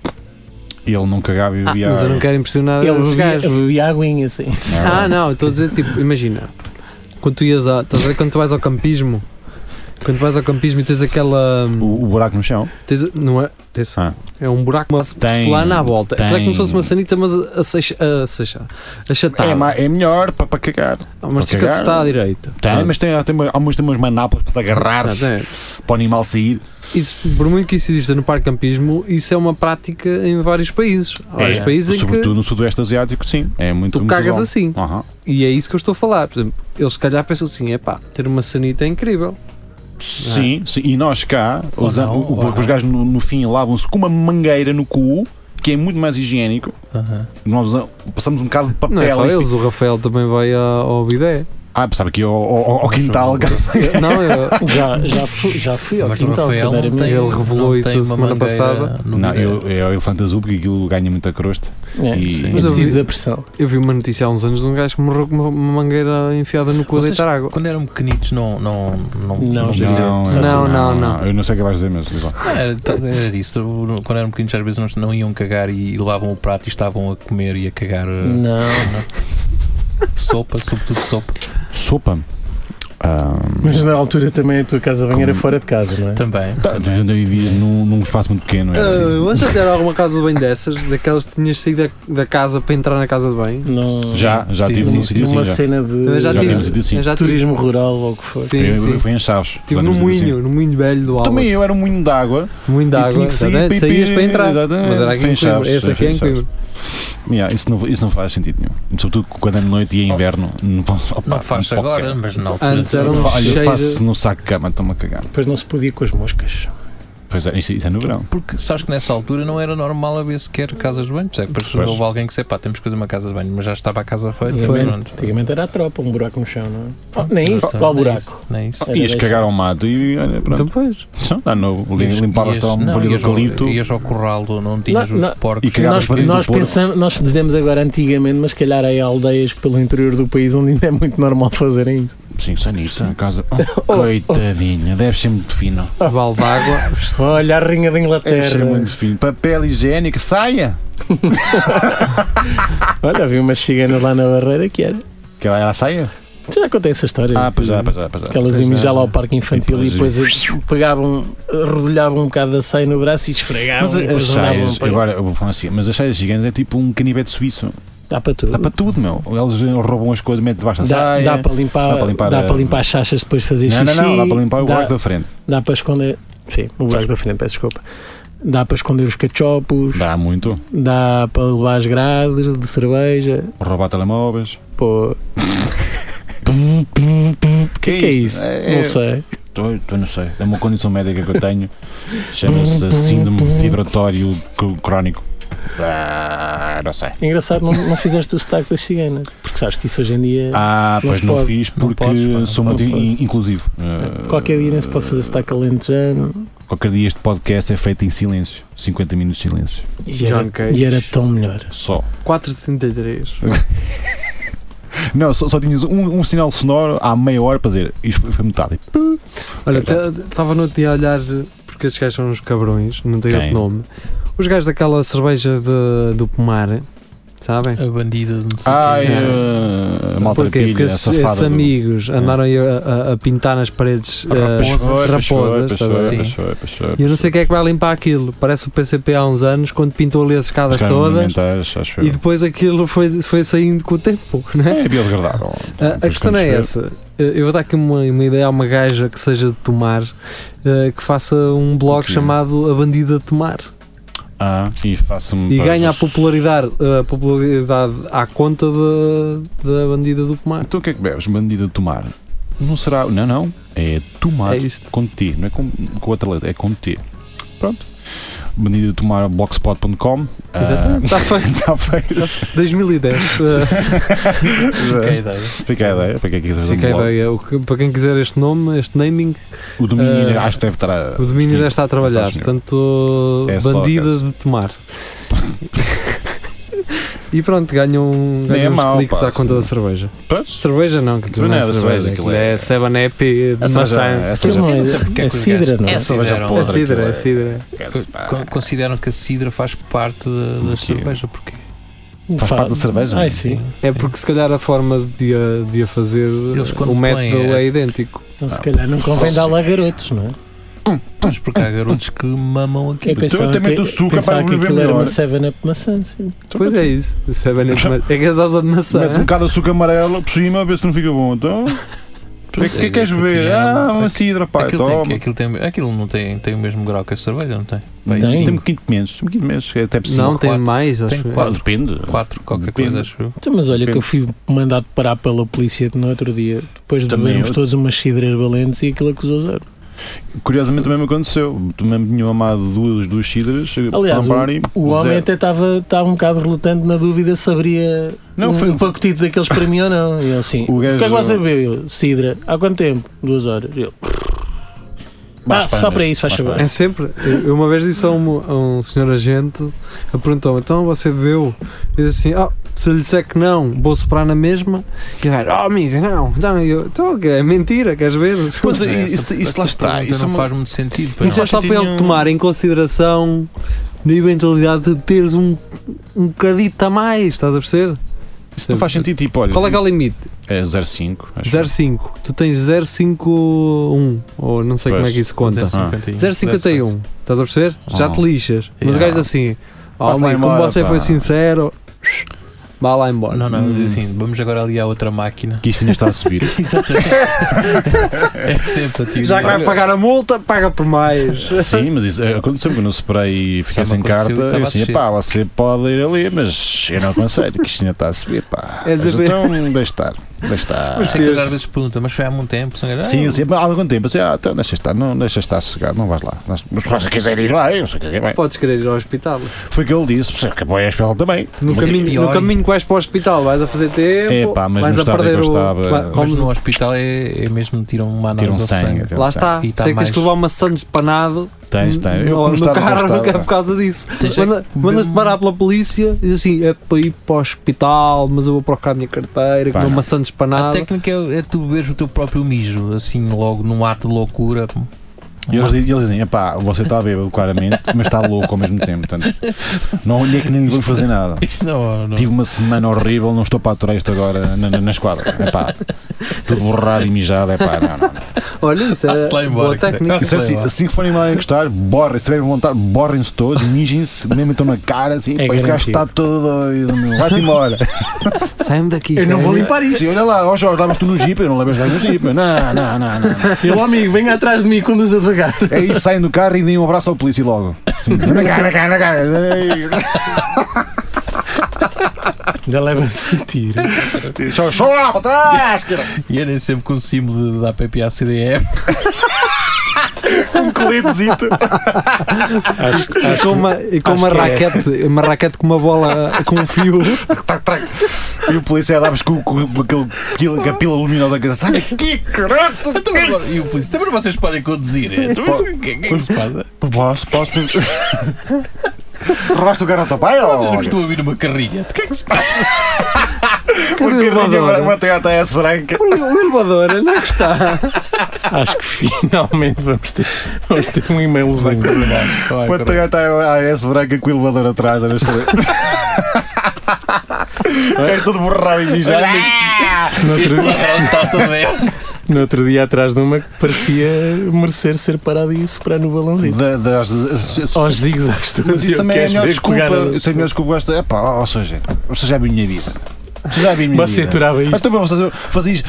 S2: E ele não cagava e
S3: Ah,
S2: vivia.
S3: mas Ah, eu não quero impressionar
S5: ele
S3: os
S5: bebia,
S3: gajos.
S5: bebia aguinha assim.
S3: Ah, não, eu estou a dizer, tipo, imagina, quando tu ias a, estás a ver quando tu vais ao campismo, quando tu vais ao campismo e tens aquela. hum,
S2: O, o buraco no chão.
S3: Tens- não é? tens-
S2: Ah.
S3: É um buraco, uma porcelana à volta. Aquilo é como se fosse uma sanita, mas a- a seixa- a seixa- achatada.
S2: É, ma- é melhor para, para cagar.
S3: Ah, mas
S2: para
S3: fica
S2: cagar.
S3: está à direita.
S2: Tem,
S3: Ah,
S2: mas tem, tem, uma- há umas, tem umas manápolas para te agarrar-se,
S3: tá, é.
S2: para o animal sair.
S3: Isso, por muito que isso exista no parque campismo, isso é uma prática em vários países. Há vários
S2: É,
S3: países em que
S2: Sobretudo no Sudoeste Asiático, sim. É muito
S3: tu
S2: muito
S3: cagas
S2: bom.
S3: assim.
S2: Aham.
S3: E é isso que eu estou a falar. Por exemplo, eles se calhar pensam assim: é pá, ter uma sanita é incrível. Ah.
S2: Sim, sim, e nós cá,
S4: Ou
S2: os,
S4: não,
S2: o- o-
S4: ou
S2: porque os
S4: não.
S2: gajos no, no fim lavam-se com uma mangueira no cu, que é muito mais higiênico.
S4: eh, Aham.
S2: Nós usa- passamos um bocado de papel.
S3: Não é só
S2: e fi-
S3: eles, o Rafael também vai ao, ao bidé.
S2: Ah, sabe que ao, ao, ao quintal. cara.
S3: Não, eu,
S5: Já, já, fui, já fui ao
S4: Mas o
S3: então,
S5: quintal
S4: Rafael
S5: quando era
S4: não tem,
S5: menino.
S3: Ele revelou
S4: não
S3: isso
S4: tem
S3: a
S4: uma
S3: semana
S4: mangueira
S3: passada.
S4: no
S2: Não,
S4: bidé.
S2: eu, é o elefante azul porque aquilo ganha muita crosta.
S5: É,
S2: E-
S5: é
S3: Mas eu
S5: preciso
S3: vi-
S5: da pressão.
S3: eu vi uma notícia há uns anos de um gajo que morreu com uma, uma mangueira enfiada no cu a
S4: Vocês-
S3: deitar água.
S4: Quando eram pequenitos, não. Não, não,
S5: Não,
S4: dizia-
S5: não,
S4: certo?
S3: não.
S2: Eu é não sei o que vais dizer, mas diz lá.
S4: Ah, Era, era isso. Quando eram pequenitos, às vezes não, não iam cagar e lavam o prato e estavam a comer e a cagar eh,
S5: Não,
S4: sopa, sobretudo sopa.
S2: Sopa. Ahm,
S5: mas na altura também a tua casa bem era
S2: Como-
S5: fora de casa, não é?
S4: Também.
S2: tá, tu ainda vivias num, num espaço muito pequeno. Era assim.
S3: Uh, mas já tiveram alguma casa de banho dessas? Daquelas que tinhas saído da, da casa para entrar na casa de banho?
S5: Não,
S2: já, já
S4: Sim,
S2: tive
S4: sim,
S2: num
S4: sim.
S2: sítio assim.
S5: numa
S2: Já,
S5: cena de
S3: Eu já,
S2: já
S3: tive.
S2: tivemos ido assim.
S3: Eu já tive.
S5: turismo rural ou o que for.
S3: Sim,
S2: eu,
S3: sim.
S2: eu fui em Chaves.
S3: Estive
S2: já
S3: no
S2: tivemos ido assim.
S3: moinho, no moinho velho do Alba.
S2: Também eu era um moinho de água.
S3: Moinho de
S2: E tinha
S3: água.
S2: que sair
S3: exatamente.
S2: para ir-
S3: Saías para entrar.
S2: exatamente.
S3: Mas era aqui
S2: Foi
S3: em
S2: em
S3: Coimbra.
S2: Chaves,
S3: Esse
S2: sim,
S3: aqui
S2: foi
S3: é
S2: em
S3: em Coimbra.
S2: Yeah, isso, não, isso não faz sentido nenhum. Sobretudo quando é noite e é inverno. Não, posso- opa,
S4: Não faço
S2: pode
S4: agora,
S2: cagar.
S4: mas não.
S3: Antes era um
S2: Olha, eu
S3: cheiro-
S2: faço no saco de cama, estou-me a cagar.
S5: Depois não se podia com as moscas.
S2: Pois é, isso, isso é no verão.
S4: Porque sabes que nessa altura não era normal haver sequer casas de banho. por isso É que depois
S2: Pois.
S4: houve alguém que disse: pá, temos que fazer uma casa de banho, mas já estava a casa feita.
S5: Foi.
S4: pronto.
S5: Antigamente era a tropa, um buraco no chão, não é? Oh,
S3: Ah,
S5: nem isso, qual
S4: nem
S5: buraco?
S4: isso, Nem isso.
S5: Era
S2: Ias
S5: deixa.
S2: cagar ao mato e olha, pronto.
S3: Depois.
S2: Então, Está novo.
S4: Ias-
S2: Limpavas-te
S4: ias-
S2: a
S4: não,
S2: folha de
S4: ias ao-
S2: eucalipto.
S4: Ias ao corral, do- não tinhas
S5: Não,
S4: os
S5: não.
S4: porcos.
S2: E cagavas
S4: não sei
S2: para
S4: quê.
S2: dentro.
S5: Nós,
S2: do porco.
S5: pensamos, nós dizemos agora antigamente, mas se calhar há aldeias pelo interior do país onde ainda é muito normal fazerem isso.
S2: Sim, só nisso, a casa. Oh, coitadinha, deve ser muito fino.
S3: Vale d'água.
S5: Olha, a rainha da
S2: Deve
S4: É
S2: ser É,
S5: Inglaterra.
S2: muito fino. Papel higiênico, saia!
S5: Olha, havia umas ciganas lá na barreira que era.
S2: Que era a saia?
S5: Tu já contei essa história?
S2: Ah, pois é, pois é, pois é.
S5: Que elas
S3: Pois
S5: iam
S3: é.
S5: mijar lá ao parque infantil
S2: E
S5: e
S2: depois-
S5: depois pegavam, rodilhavam um bocado da saia no braço e esfregavam.
S2: Mas
S5: e um depois
S2: as
S5: andavam
S2: saias,
S5: para-
S2: agora eu vou falar assim, mas as saias gigantes é tipo um canivete suíço.
S5: Dá para tudo.
S2: Dá para tudo, meu. Eles roubam as coisas, metem debaixo da
S5: Dá,
S2: saia.
S5: dá para limpar,
S2: dá para limpar a-
S5: dá para limpar as chachas depois de fazer
S2: Não, não,
S5: xixi.
S2: não, dá para limpar o
S5: dá-
S2: buraco da frente.
S5: Dá para esconder. Sim, o buraco da frente, peço desculpa. Dá para esconder os cachopos, dá,
S2: Dá muito.
S5: para levar as grades de cerveja.
S2: Roubar telemóveis.
S5: Pô,
S2: Que
S5: que é isso?
S2: É,
S5: Não sei.
S2: é- eu não sei. É uma condição médica que eu tenho. Chama-se síndrome vibratório cr- crónico. Ah, não sei.
S5: Engraçado, não, não fizeste o sotaque das ciganas, porque sabes que isso hoje em dia.
S2: Ah,
S5: Não
S2: pois
S5: se
S2: não
S5: pode.
S2: fiz
S4: Não
S2: porque
S4: podes, pá, não
S2: sou muito
S5: podes.
S2: in- inclusivo.
S3: É,
S2: Ah,
S5: Qualquer dia nem se pode fazer sotaque alentejano.
S2: Qualquer dia este podcast é feito em silêncio. 50 minutos de silêncio.
S5: E era,
S3: John Cage.
S5: e era tão melhor.
S2: Só.
S3: 4,33.
S2: Não, só, só tinhas um, um sinal sonoro à meia hora para dizer. Isto foi, foi metade.
S3: Olha,
S2: É
S3: estava no outro dia a olhar, eh, porque esses gajos são uns cabrões, não tem
S2: Quem?
S3: outro nome. Os gajos daquela cerveja de- do Pomar, sabem?
S4: A bandida de não sei
S2: Ai,
S4: quem.
S2: ah, a malta
S3: Porquê? Porque
S2: pilha, a
S3: esses,
S2: safada.
S3: esses
S2: do-
S3: amigos andaram aí a, a- a pintar nas paredes
S2: Ah,
S3: eh,
S2: pois foi, pois foi,
S3: raposas.
S2: pois
S3: tá a
S2: foi,
S3: ver?
S4: Sim.
S2: pois foi, pois foi,
S3: E eu não
S2: pois
S3: sei quem é que vai limpar aquilo. Parece o PCP há uns anos, quando pintou ali as
S2: foi.
S3: escadas
S2: Os caras
S3: todas.
S2: monumentais, acho eu.
S3: E depois aquilo foi, foi saindo com o tempo, né?
S2: É biodegradável.
S3: A- A questão é essa. Eh, Eu vou dar aqui uma, uma ideia a uma gaja que seja de Tomar eh, que faça um blog
S2: Ok.
S3: chamado A Bandida de Tomar
S2: Ah, e faço-me.
S3: e
S2: para-
S3: ganha a popularidade, eh, a popularidade à conta da- da bandida do Tomar.
S2: Então o que é que bebes? Bandida de tomar. Não será. Não, não. É tomar
S3: É isto.
S2: com T. Não é com, com outra letra, é com T. Pronto. Bandida de tomar blogspot.com. Ah,
S3: Exatamente. Está feito.
S2: Está feito.
S3: 2010. eh,
S4: Que ideia.
S2: Fica a ideia. Para que é que quiseres
S3: Fica a
S2: um blog?
S3: ideia. O que- para quem quiser este nome, este naming,
S2: O domínio,
S3: Ah,
S2: acho que deve estar. a-
S3: o domínio ainda está a trabalhar.
S2: Estados
S3: Portanto,
S2: É só
S3: bandida
S2: aquelas.
S3: de Tomar. E pronto, ganham,
S2: Nem é
S3: ganham uns
S2: mau,
S3: cliques
S2: pá,
S3: à conta
S2: sim.
S3: da cerveja.
S2: Pois.
S3: Cerveja não, que aquilo não é
S2: Cerveja,
S3: cerveja.
S2: aquilo
S3: aquilo
S2: é-
S3: É 7-Up de
S2: A cerveja-
S3: maçã.
S2: a
S5: Aquilo
S2: cerveja-
S5: não é,
S4: não sei porque é
S5: é
S4: que os
S5: cidra,
S4: gajos-
S5: não é?
S2: É cerveja
S4: Consideram-
S3: É
S2: podre.
S3: cidra, é
S2: aquilo
S3: cidra.
S4: Con- Consideram que a cidra faz parte da, da
S2: quê?
S4: cerveja, porque
S2: Faz
S5: Fala-
S2: parte da cerveja, não é?
S5: Ai, Ah, sim.
S3: É porque se calhar a forma de a, de a fazer,
S4: Eles quando
S3: o método
S4: põem,
S3: é,
S4: é-
S3: idêntico.
S5: Então,
S2: Ah.
S5: se calhar não convém
S2: Só
S5: dar
S2: se-
S5: lá garotos, não é?
S4: Mas porque há garotos que mamam aqui.
S5: Então, Eu pensava
S2: também
S5: que,
S2: do suco,
S5: pensava
S2: é para
S5: que
S2: beber
S5: aquilo era
S2: melhor.
S5: uma 7-up maçã, sim.
S4: Então
S3: Pois é isso. Sabem, é de ma- é gasosa de maçã.
S2: Então Metes um bocado de açúcar amarelo por cima, a ver se não fica bom. Então, o que é
S4: Pois,
S2: que queres
S4: é,
S2: beber?
S4: opinião.
S2: Ah, uma
S4: Aqui-
S2: cidra, pá,
S4: aquilo, tem,
S3: é
S2: toma.
S4: que- aquilo, tem, aquilo não tem, tem o mesmo grau que a cerveja, não tem?
S2: Bem,
S5: Tem.
S2: sim, Tem um bocadinho de menos, tem um bocadinho de menos, é até por cima.
S3: não, tem
S4: quatro.
S3: mais, acho
S4: Tem
S3: eu.
S2: Pá,
S4: quatro.
S2: depende.
S4: 4, qualquer
S2: Depende.
S4: coisa, acho eu.
S5: Então, mas olha que eu
S2: Depende.
S5: fui mandado parar pela polícia no outro dia, depois de
S2: Também
S5: bebermos
S2: eu.
S5: todos umas cidras valentes e aquilo acusou zero.
S2: Curiosamente também me aconteceu. Também me tinha mamado duas, duas cidras. eh,
S5: Aliás,
S2: para parar e
S5: O homem
S2: zero.
S5: até estava estava um bocado relutante na dúvida se abria
S2: Não,
S5: um,
S2: foi-
S5: um pacotito daqueles para mim ou não. E ele assim,
S2: O
S5: o que é que
S2: gajo-
S5: você bebeu? Eu, Cidra. Há quanto tempo? Duas horas. Eu,
S2: Mais
S5: ah,
S2: panas,
S5: só para isso, faz
S2: mais
S5: favor.
S3: É sempre. Eu uma vez disse a um, a um senhor agente, ele perguntou-me, então você bebeu? E disse assim, "Ah, se lhe disser que não, vou soprar na mesma. E o gajo, oh amiga, não. Então, eu, então ok, é mentira, queres ver?
S2: Pois é,
S4: Essa-
S2: isso, isso lá
S4: essa
S2: está.
S4: pergunta
S2: Isso é
S4: não
S2: uma-
S4: faz muito sentido. pois
S3: Isto
S4: não.
S3: é só
S2: acho que
S3: para ele
S2: tinha um-
S3: tomar em consideração na eventualidade de teres um, um bocadito a mais, estás a perceber?
S2: isso não faz sentido. Tipo, olha,
S3: Qual é que é o limite?
S2: é 0,5. acho que-
S3: 0,5. Tu tens 0,51, ou não sei
S2: Pois.
S3: como é que isso conta.
S4: 0,51.
S3: 0,51, estás a perceber? Já te
S2: Ah.
S3: lixas. Mas o
S4: Yeah.
S3: gajo assim, oh,
S2: Vá-se lá
S3: amigo, como
S2: embora,
S3: você
S2: pá."
S3: foi sincero, vá lá embora.
S4: Não, não,
S2: Hum.
S4: mas assim, vamos agora ali à outra máquina.
S2: Que isto ainda está a subir.
S4: Exatamente. é sempre a teoria.
S3: Já que vai pagar a multa, paga por mais.
S2: Sim, mas isso é, aconteceu quando eu separei e fiquei
S4: Já
S2: sem
S4: me
S2: carta.
S4: aconteceu e estava
S2: Eu
S4: a
S2: assim,
S4: descer.
S2: pá, você pode ir ali, mas eu não aconselho, que isto ainda está a subir, pá.
S3: É
S2: Mas
S3: dizer-
S2: então, deixa estar, deixa estar.
S4: Mas sei é que às vezes pergunta, mas foi há muito tempo. são gajas,
S2: Sim,
S4: "Ah,
S2: assim, há algum tempo, assim, ah, então deixa estar, não deixa estar sossegado, não vais lá. Mas se você quiser ir lá, eu sei que é vai.
S3: Podes querer ir ao hospital.
S2: Foi o que ele disse, você acabou a espiral também.
S3: No
S2: Mas é
S3: caminho,
S4: pior.
S3: no caminho que vais para o hospital, vais a fazer tempo,
S2: É, pá, mas
S3: vais
S2: no
S3: a
S2: estado em que
S3: perder
S2: eu
S3: o.
S2: estava,
S3: vai-
S2: mas
S4: Mas
S3: comes-
S4: no hospital é, é mesmo tiram uma análise
S2: Tiram
S4: ao sangue.
S2: sangue. tiram
S3: Lá está,
S2: sangue.
S4: E tá
S3: sei que tens
S4: mais-
S3: que levar uma sandes de panado
S2: Tens, tens. Eu
S3: no,
S2: quando
S3: no
S2: estava,
S3: carro,
S2: gostava.
S3: é por causa disso.
S4: Tens é
S3: Manda-
S4: que
S3: Mandas-te
S4: beber-
S3: parar pela polícia e diz assim: é para ir para o hospital, mas eu vou procurar a minha carteira, que
S2: Pá,
S3: não
S2: não.
S3: uma sandes para
S4: A
S3: nada.
S4: técnica é, é tu beberes o teu próprio mijo, assim, logo num ato de loucura.
S2: E eles, e eles dizem, epá, você está bêbado, claramente, mas está louco ao mesmo tempo. Portanto, não olhei que nem lhe vou fazer nada.
S4: Isto não, não.
S2: Tive uma semana horrível, não estou para aturar isto agora na, na, na esquadra. Epá, tudo borrado e mijado, epá, não, não. não.
S3: Olha, isso é
S4: Vá-se lá embora,
S3: boa
S4: cara.
S3: técnica.
S4: Vá-se
S2: Isso é assim, assim que forem mal a gostar, borrem, se tiverem é vontade, borrem-se todos, mijem-se, mesmo então na cara, assim,
S5: É
S2: pá, este gajo
S5: garantido.
S2: está todo doido, meu. Vai-te embora.
S3: Sai-me daqui.
S5: Eu não vou
S3: cara.
S5: limpar isso.
S2: Sim, olha lá, ó Jorge, levas tu no jipe, eu não levo os gajos no jipe, meu. não, não, não, não.
S5: Ele, amigo, venha atrás de mim e conduz devagar.
S2: É isso, saem do carro e deem um abraço ao polícia logo. Sim, Na cara, na cara, na cara.
S5: Já leva-se a tiro.
S2: Show lá para trás, cara.
S4: é E andem sempre com o símbolo da PPA CDM.
S2: um coletezito.
S3: E com uma, e com
S2: acho
S3: uma
S2: que é.
S3: raquete, uma raquete com uma bola com um fio.
S2: Trac, trac. E o polícia dá-vos com, com, com, aquele pila- com a pila luminosa. que- Sai daqui, caralho!
S4: Então, agora- e o polícia, também vocês podem conduzir. é? Então, mas O que, que é que se passa?
S2: Posso, posso. Roubaste o garoto ao pai?
S4: Vocês não
S2: ou-
S4: estão a vir uma carrinha. O que é que se passa?
S2: Uma
S3: Cadê o
S2: carrinha, uma
S3: elevador?
S2: Toyota S branca.
S3: O le- o elevador, onde é que está?
S5: Acho que finalmente vamos ter, vamos ter um e-mailzinho.
S2: Uma Toyota AS branca com o elevador atrás, era excelente. És todo É borrado e mijado.
S5: No
S4: Este
S5: outro,
S4: ladrão está todo bem.
S5: no outro dia atrás de uma que parecia merecer ser parado e soprar no
S2: mas-
S5: balãozinho.
S2: Da- das- das-
S5: Aos zigue-zagues todos.
S2: Mas isso
S5: Eu
S2: também é a
S5: queres
S2: melhor
S5: ver
S2: desculpa.
S5: pegar a-
S2: Isso é a melhor desculpa. Esta. Epá, ó, ó, Sr. gente, você já viu a minha vida. Você já viu a minha
S5: Você é
S2: vida.
S5: aturava
S2: Mas
S5: isto
S2: também você fazia isto.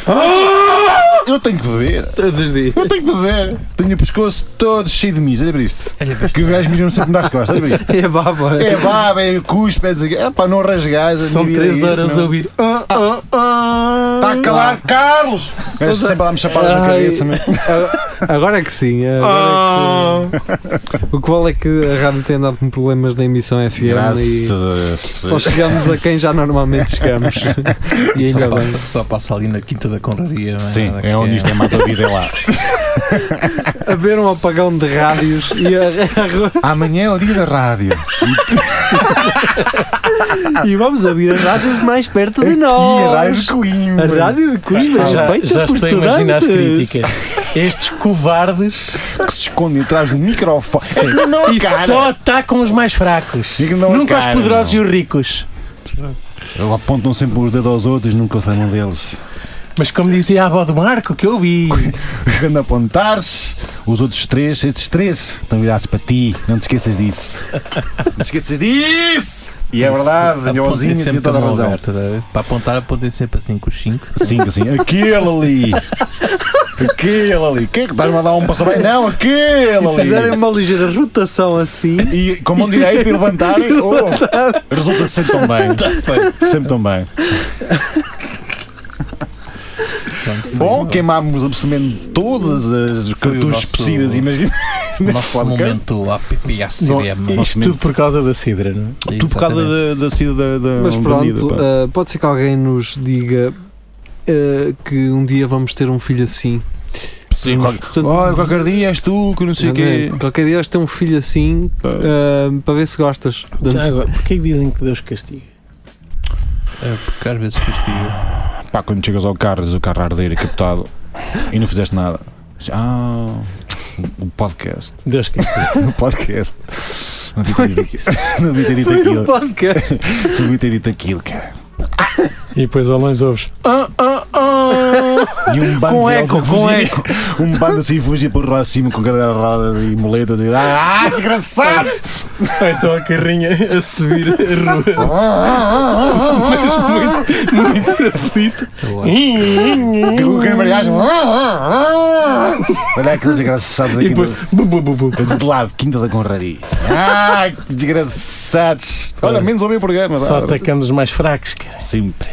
S2: Eu tenho que beber.
S3: Todos os dias.
S2: Eu tenho que beber. Tenho o pescoço todo cheio de mijo. Olha para isto.
S4: Olha para isto.
S2: Que o gajo mijam sempre nas costas. Olha para isto.
S3: É baba.
S2: É baba, é cuspe, é desag- Epá, não arranjas gajas.
S5: São
S2: três
S5: 3 horas a ouvir. Ah, ah, ah.
S2: Está a calar, Carlos! Gajo Tá É sempre a dar-me chapadas na
S3: Ai.
S2: cabeça. meu.
S3: A- Agora é que sim. Agora é que... O que vale é que a rádio tem andado com problemas na emissão FM e
S2: Deus.
S3: só chegamos a quem já normalmente chegamos. E
S4: Só
S3: ainda bem.
S4: passa, só passa ali na Quinta da Conraria. não é? Nada que
S2: mais ouvido, é lá.
S3: Haver um apagão de rádios e, a-
S2: Amanhã é o dia da rádio.
S3: e vamos abrir as rádios mais perto de
S2: E a rádio
S3: nós.
S2: de Coimbra.
S3: A rádio de Coimbra, é
S5: Já,
S3: feita
S5: já
S3: por
S5: estou a imaginar as
S3: estudantes.
S5: críticas. Estes covardes
S2: que se esconde atrás do microfone. É que não
S5: e
S2: cara.
S5: só atacam os mais fracos.
S2: E que não
S5: Nunca os
S2: cara,
S5: poderosos
S2: não.
S5: e os ricos.
S2: Eles apontam sempre os dedos aos outros, nunca se lembram deles.
S5: Mas como dizia a avó do Marco, que eu vi.
S2: Quando apontares, os outros três, estes três, estão virados para ti. Não te esqueças disso. Não te esqueças disso! E é verdade,
S4: Apontem
S2: Danielzinho
S4: sempre
S2: tinha toda a
S4: mão
S2: razão.
S4: aberta, tá a ver? Para apontar, apontem sempre assim com os 5.
S2: Sim, assim, aquele ali. Aquele ali. Quem é que estás-me a dar um passo bem? Não, aquele
S3: E se fizerem
S2: ali.
S3: uma ligeira rotação assim,
S2: E com a mão direita e levantarem, oh, resulta sempre tão
S4: Tá
S2: bem. Sempre tão bem. Bom, queimámos absolutamente todas as cartuchos
S4: nosso-
S2: possíveis, imagina.
S4: o
S2: neste
S4: nosso
S2: podcast.
S4: momento APP e ACDM.
S5: Isto tudo por causa da Sidra, não é?
S2: Tu por causa da, da sida da, da
S3: Mas
S2: bandida,
S3: pronto,
S2: É um pá.
S3: ah, pode ser que alguém nos diga ah, que um dia vamos ter um filho assim.
S2: Sim,
S3: mas,
S2: qualquer-
S3: portanto,
S2: Oh, qualquer dia és tu que não sei o quê.
S3: André, Qualquer dia vais ter um filho assim ah, para ver se gostas.
S5: Já
S3: Portanto,
S5: agora, porquê é que dizem que Deus castiga?
S4: É, porque às vezes castigo.
S2: Pá, quando chegas ao carro, diz o carro a arder e captado e não fizeste nada. Diz, Ah, o podcast.
S5: Deus castiga.
S2: O podcast. Não devia ter dito aquilo. Não devia ter
S3: Foi um podcast.
S2: dito aquilo. Não devia ter dito aquilo, cara.
S5: e depois ao longe ouves. Ah, ah, ah.
S2: E um bando
S3: Com
S2: de
S3: eco,
S2: eles a
S3: com
S2: fugir. Um bando assim fugir por lá acima com cada roda e moletas. E, ah, desgraçado!
S5: Ou então a carrinha a subir a rua. Mas muito, muito aflito.
S2: Com a mariagem. Olha aqueles desgraçados
S5: E
S2: aqui.
S5: depois.
S2: do-
S5: bu, bu, bu, bu.
S2: De lado, Quinta da Conraria. Ah, que desgraçados. Olha, menos ouvem o programa.
S5: Só
S2: dá.
S5: atacamos os mais fracos, cara.
S2: Sempre.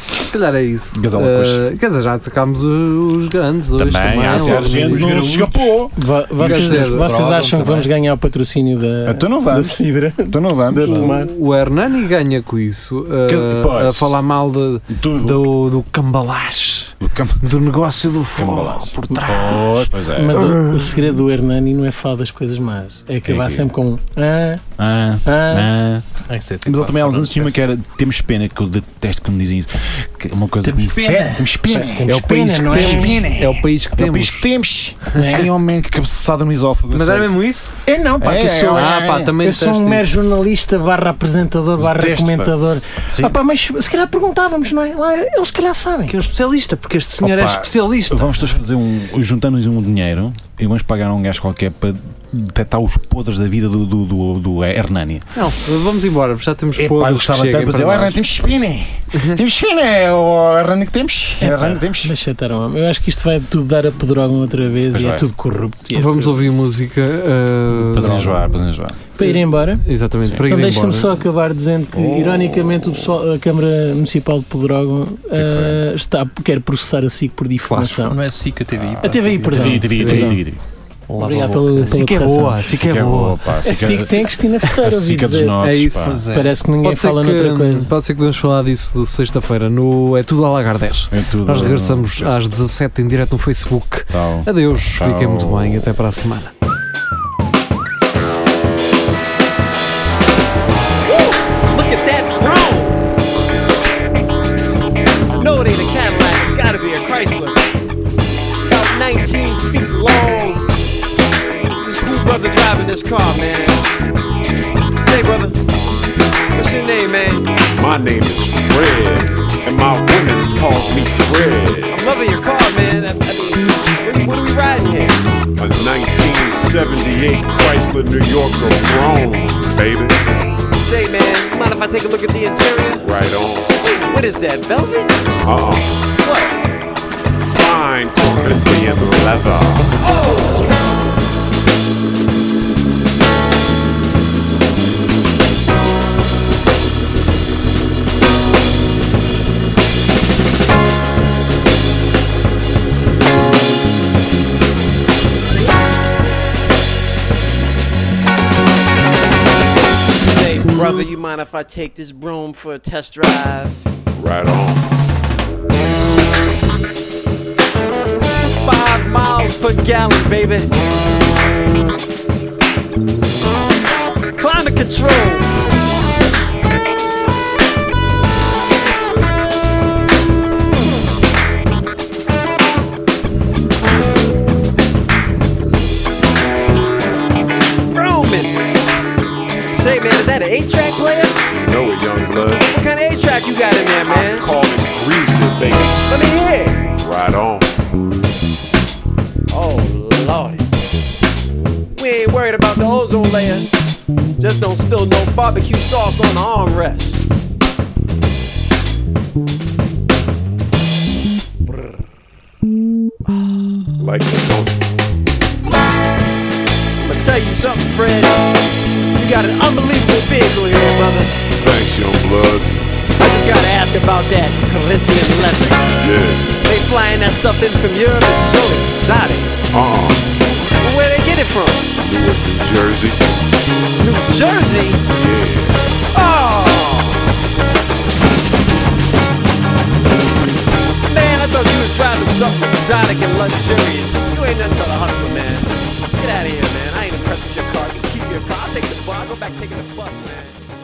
S3: Se calhar é isso.
S2: Gazela
S3: Ah,
S2: coxa.
S3: quer dizer, já atacámos o- os grandes hoje. Também,
S2: Bem, há
S3: logo
S2: sargento,
S3: no
S2: não
S3: início.
S2: se escapou.
S5: Va- Vocês,
S3: dizer,
S5: vocês
S4: provam
S5: acham que vamos ganhar o patrocínio da,
S2: Então não
S5: da
S2: vamos.
S5: Sidra?
S2: Então não vamos.
S5: Da Lumar?
S3: O Hernani ganha com isso. ah,
S2: Que depois?
S3: a falar mal de-
S2: Tudo.
S3: do, do cambalache,
S2: Do campo.
S3: do negócio do fogo
S2: Cambalache.
S3: por trás.
S2: Pois, pois é.
S5: Mas o, o segredo do Hernani não é falar das coisas más. É acabar
S2: É que-
S5: sempre com um. Ah,
S2: Ah,
S5: ah.
S2: ah.
S4: É que sei, tipo,
S2: Mas ele também há uns anos tinha uma que
S4: acontece.
S2: era Temos pena, que eu detesto quando dizem isso. Que é uma coisa
S4: Temos
S2: que me
S4: pena.
S2: fere. Temos pena.
S5: Temos
S2: é o país
S5: pena,
S2: que
S5: não é?
S2: temos pena.
S3: É o país que
S2: É o
S3: temos.
S2: país que temos.
S5: Não é?
S2: Ai, homem, que cabeçada no esófago.
S3: Mas
S2: eu
S3: era
S2: sei.
S3: mesmo isso?
S5: Eu não, pá, que eu
S2: É,
S5: sou,
S2: é,
S3: Ah, pá, também
S5: eu
S3: detesto
S5: sou um
S3: isso.
S5: mero jornalista barra apresentador barra
S2: Detesto, pá.
S5: comentador.
S2: Sim.
S5: Ah, pá, mas se calhar perguntávamos, não é? Lá, eles se calhar sabem.
S3: Que é um especialista, porque este senhor é
S2: Opa,
S3: especialista.
S2: Vamos todos fazer um. Juntamos um dinheiro e vamos pagar a um gajo qualquer para detectar os podres da vida do, do, do, do Hernani.
S3: Não, vamos embora, já temos podres
S2: É pá,
S3: que então
S2: eu gostava
S3: cheguem
S2: tanto de dizer,
S3: para
S2: "Oh,
S3: nós." Uhum.
S2: Hernani, temos espina. Temos espina, é o Hernani que temos. É o Hernani que temos.
S5: Mas chatearam Eu acho que isto vai tudo dar a pedroga outra vez
S2: Pois
S5: e é
S2: vai.
S5: tudo corrupto. e é
S3: Vamos
S5: tudo-
S3: ouvir música. ah,
S2: Para enjoar, para enjoar.
S5: Para ir embora.
S3: Exatamente, para ir
S5: Então deixa-me
S3: embora.
S5: só acabar dizendo que,
S2: Oh. é
S5: ironicamente, o pessoal, a Câmara Municipal de Pedrógão eh, está, quer processar a SIC por difamação.
S4: Não é SIC, a TVI.
S5: A TVI, perdão.
S2: TVI, TVI,
S5: Perdão.
S2: TVI.
S4: Lava
S5: Obrigado
S4: a
S5: pelo-
S4: boca.
S5: pelo-
S3: Assim que é
S5: razão.
S3: boa, assim que é boa.
S2: pá.
S5: A SIC tem a Cristina
S2: a
S5: Ferreira, ouvi
S2: SIC é dos
S5: dizer.
S2: nossos,
S3: É isso.
S2: pá.
S5: Parece que ninguém
S3: Pode ser,
S5: fala noutra
S3: que,
S5: coisa.
S3: pode ser que podemos falar disso de sexta-feira no É Tudo a Lagar 10.
S2: É tudo-
S3: Nós regressamos às 17 em direto no Facebook.
S2: Tal.
S3: Adeus,
S2: Tchau.
S3: fiquem muito bem, até para a semana.
S6: Look at that throne! No, it ain't a Cadillac. It's gotta be a Chrysler. About 19 feet long. This cool brother driving this car, man. Say, brother, what's your name, man?
S7: My name is Fred, and my women calls me Fred.
S6: I'm loving your car, man. I, I mean, what, what are we riding here?
S7: A 1978 Chrysler New Yorker grown, baby.
S6: Say, man, mind if I take a look at the interior?
S7: Right on.
S6: Wait, what is that? Velvet?
S7: Uh-uh.
S6: What?
S7: Fine Corinthian leather.
S6: Say, brother, you mind if I take this broom for a test drive?
S7: Right on.
S6: five miles per gallon, baby. Climate control. Roman. Say, man, is that an 8 track player?
S7: You know it, young blood.
S6: What kind of 8 track you got in there,
S7: I
S6: man?
S7: call it greasy, baby.
S6: Let me hear it.
S7: Right on.
S6: Oh lordy. We ain't worried about the ozone layer. Just don't spill no barbecue sauce on the armrest.
S7: Like you don't.
S6: I'ma tell you something, friend. You got an unbelievable vehicle here, brother.
S7: Thanks, young blood.
S6: I just gotta ask about that Corinthian leather.
S7: Yeah.
S6: They flying that stuff in from Europe. It's so exotic.
S7: Uh-uh.
S6: Where they get it from?
S7: Newark, New Jersey.
S6: New Jersey.
S7: Yeah.
S6: Oh! Man, I thought you was driving something exotic and luxurious. You ain't nothing but a hustler, man. Get out of here, man. I ain't impressed with your car. You can keep your car. I'll take the bar. Go back taking the bus, man.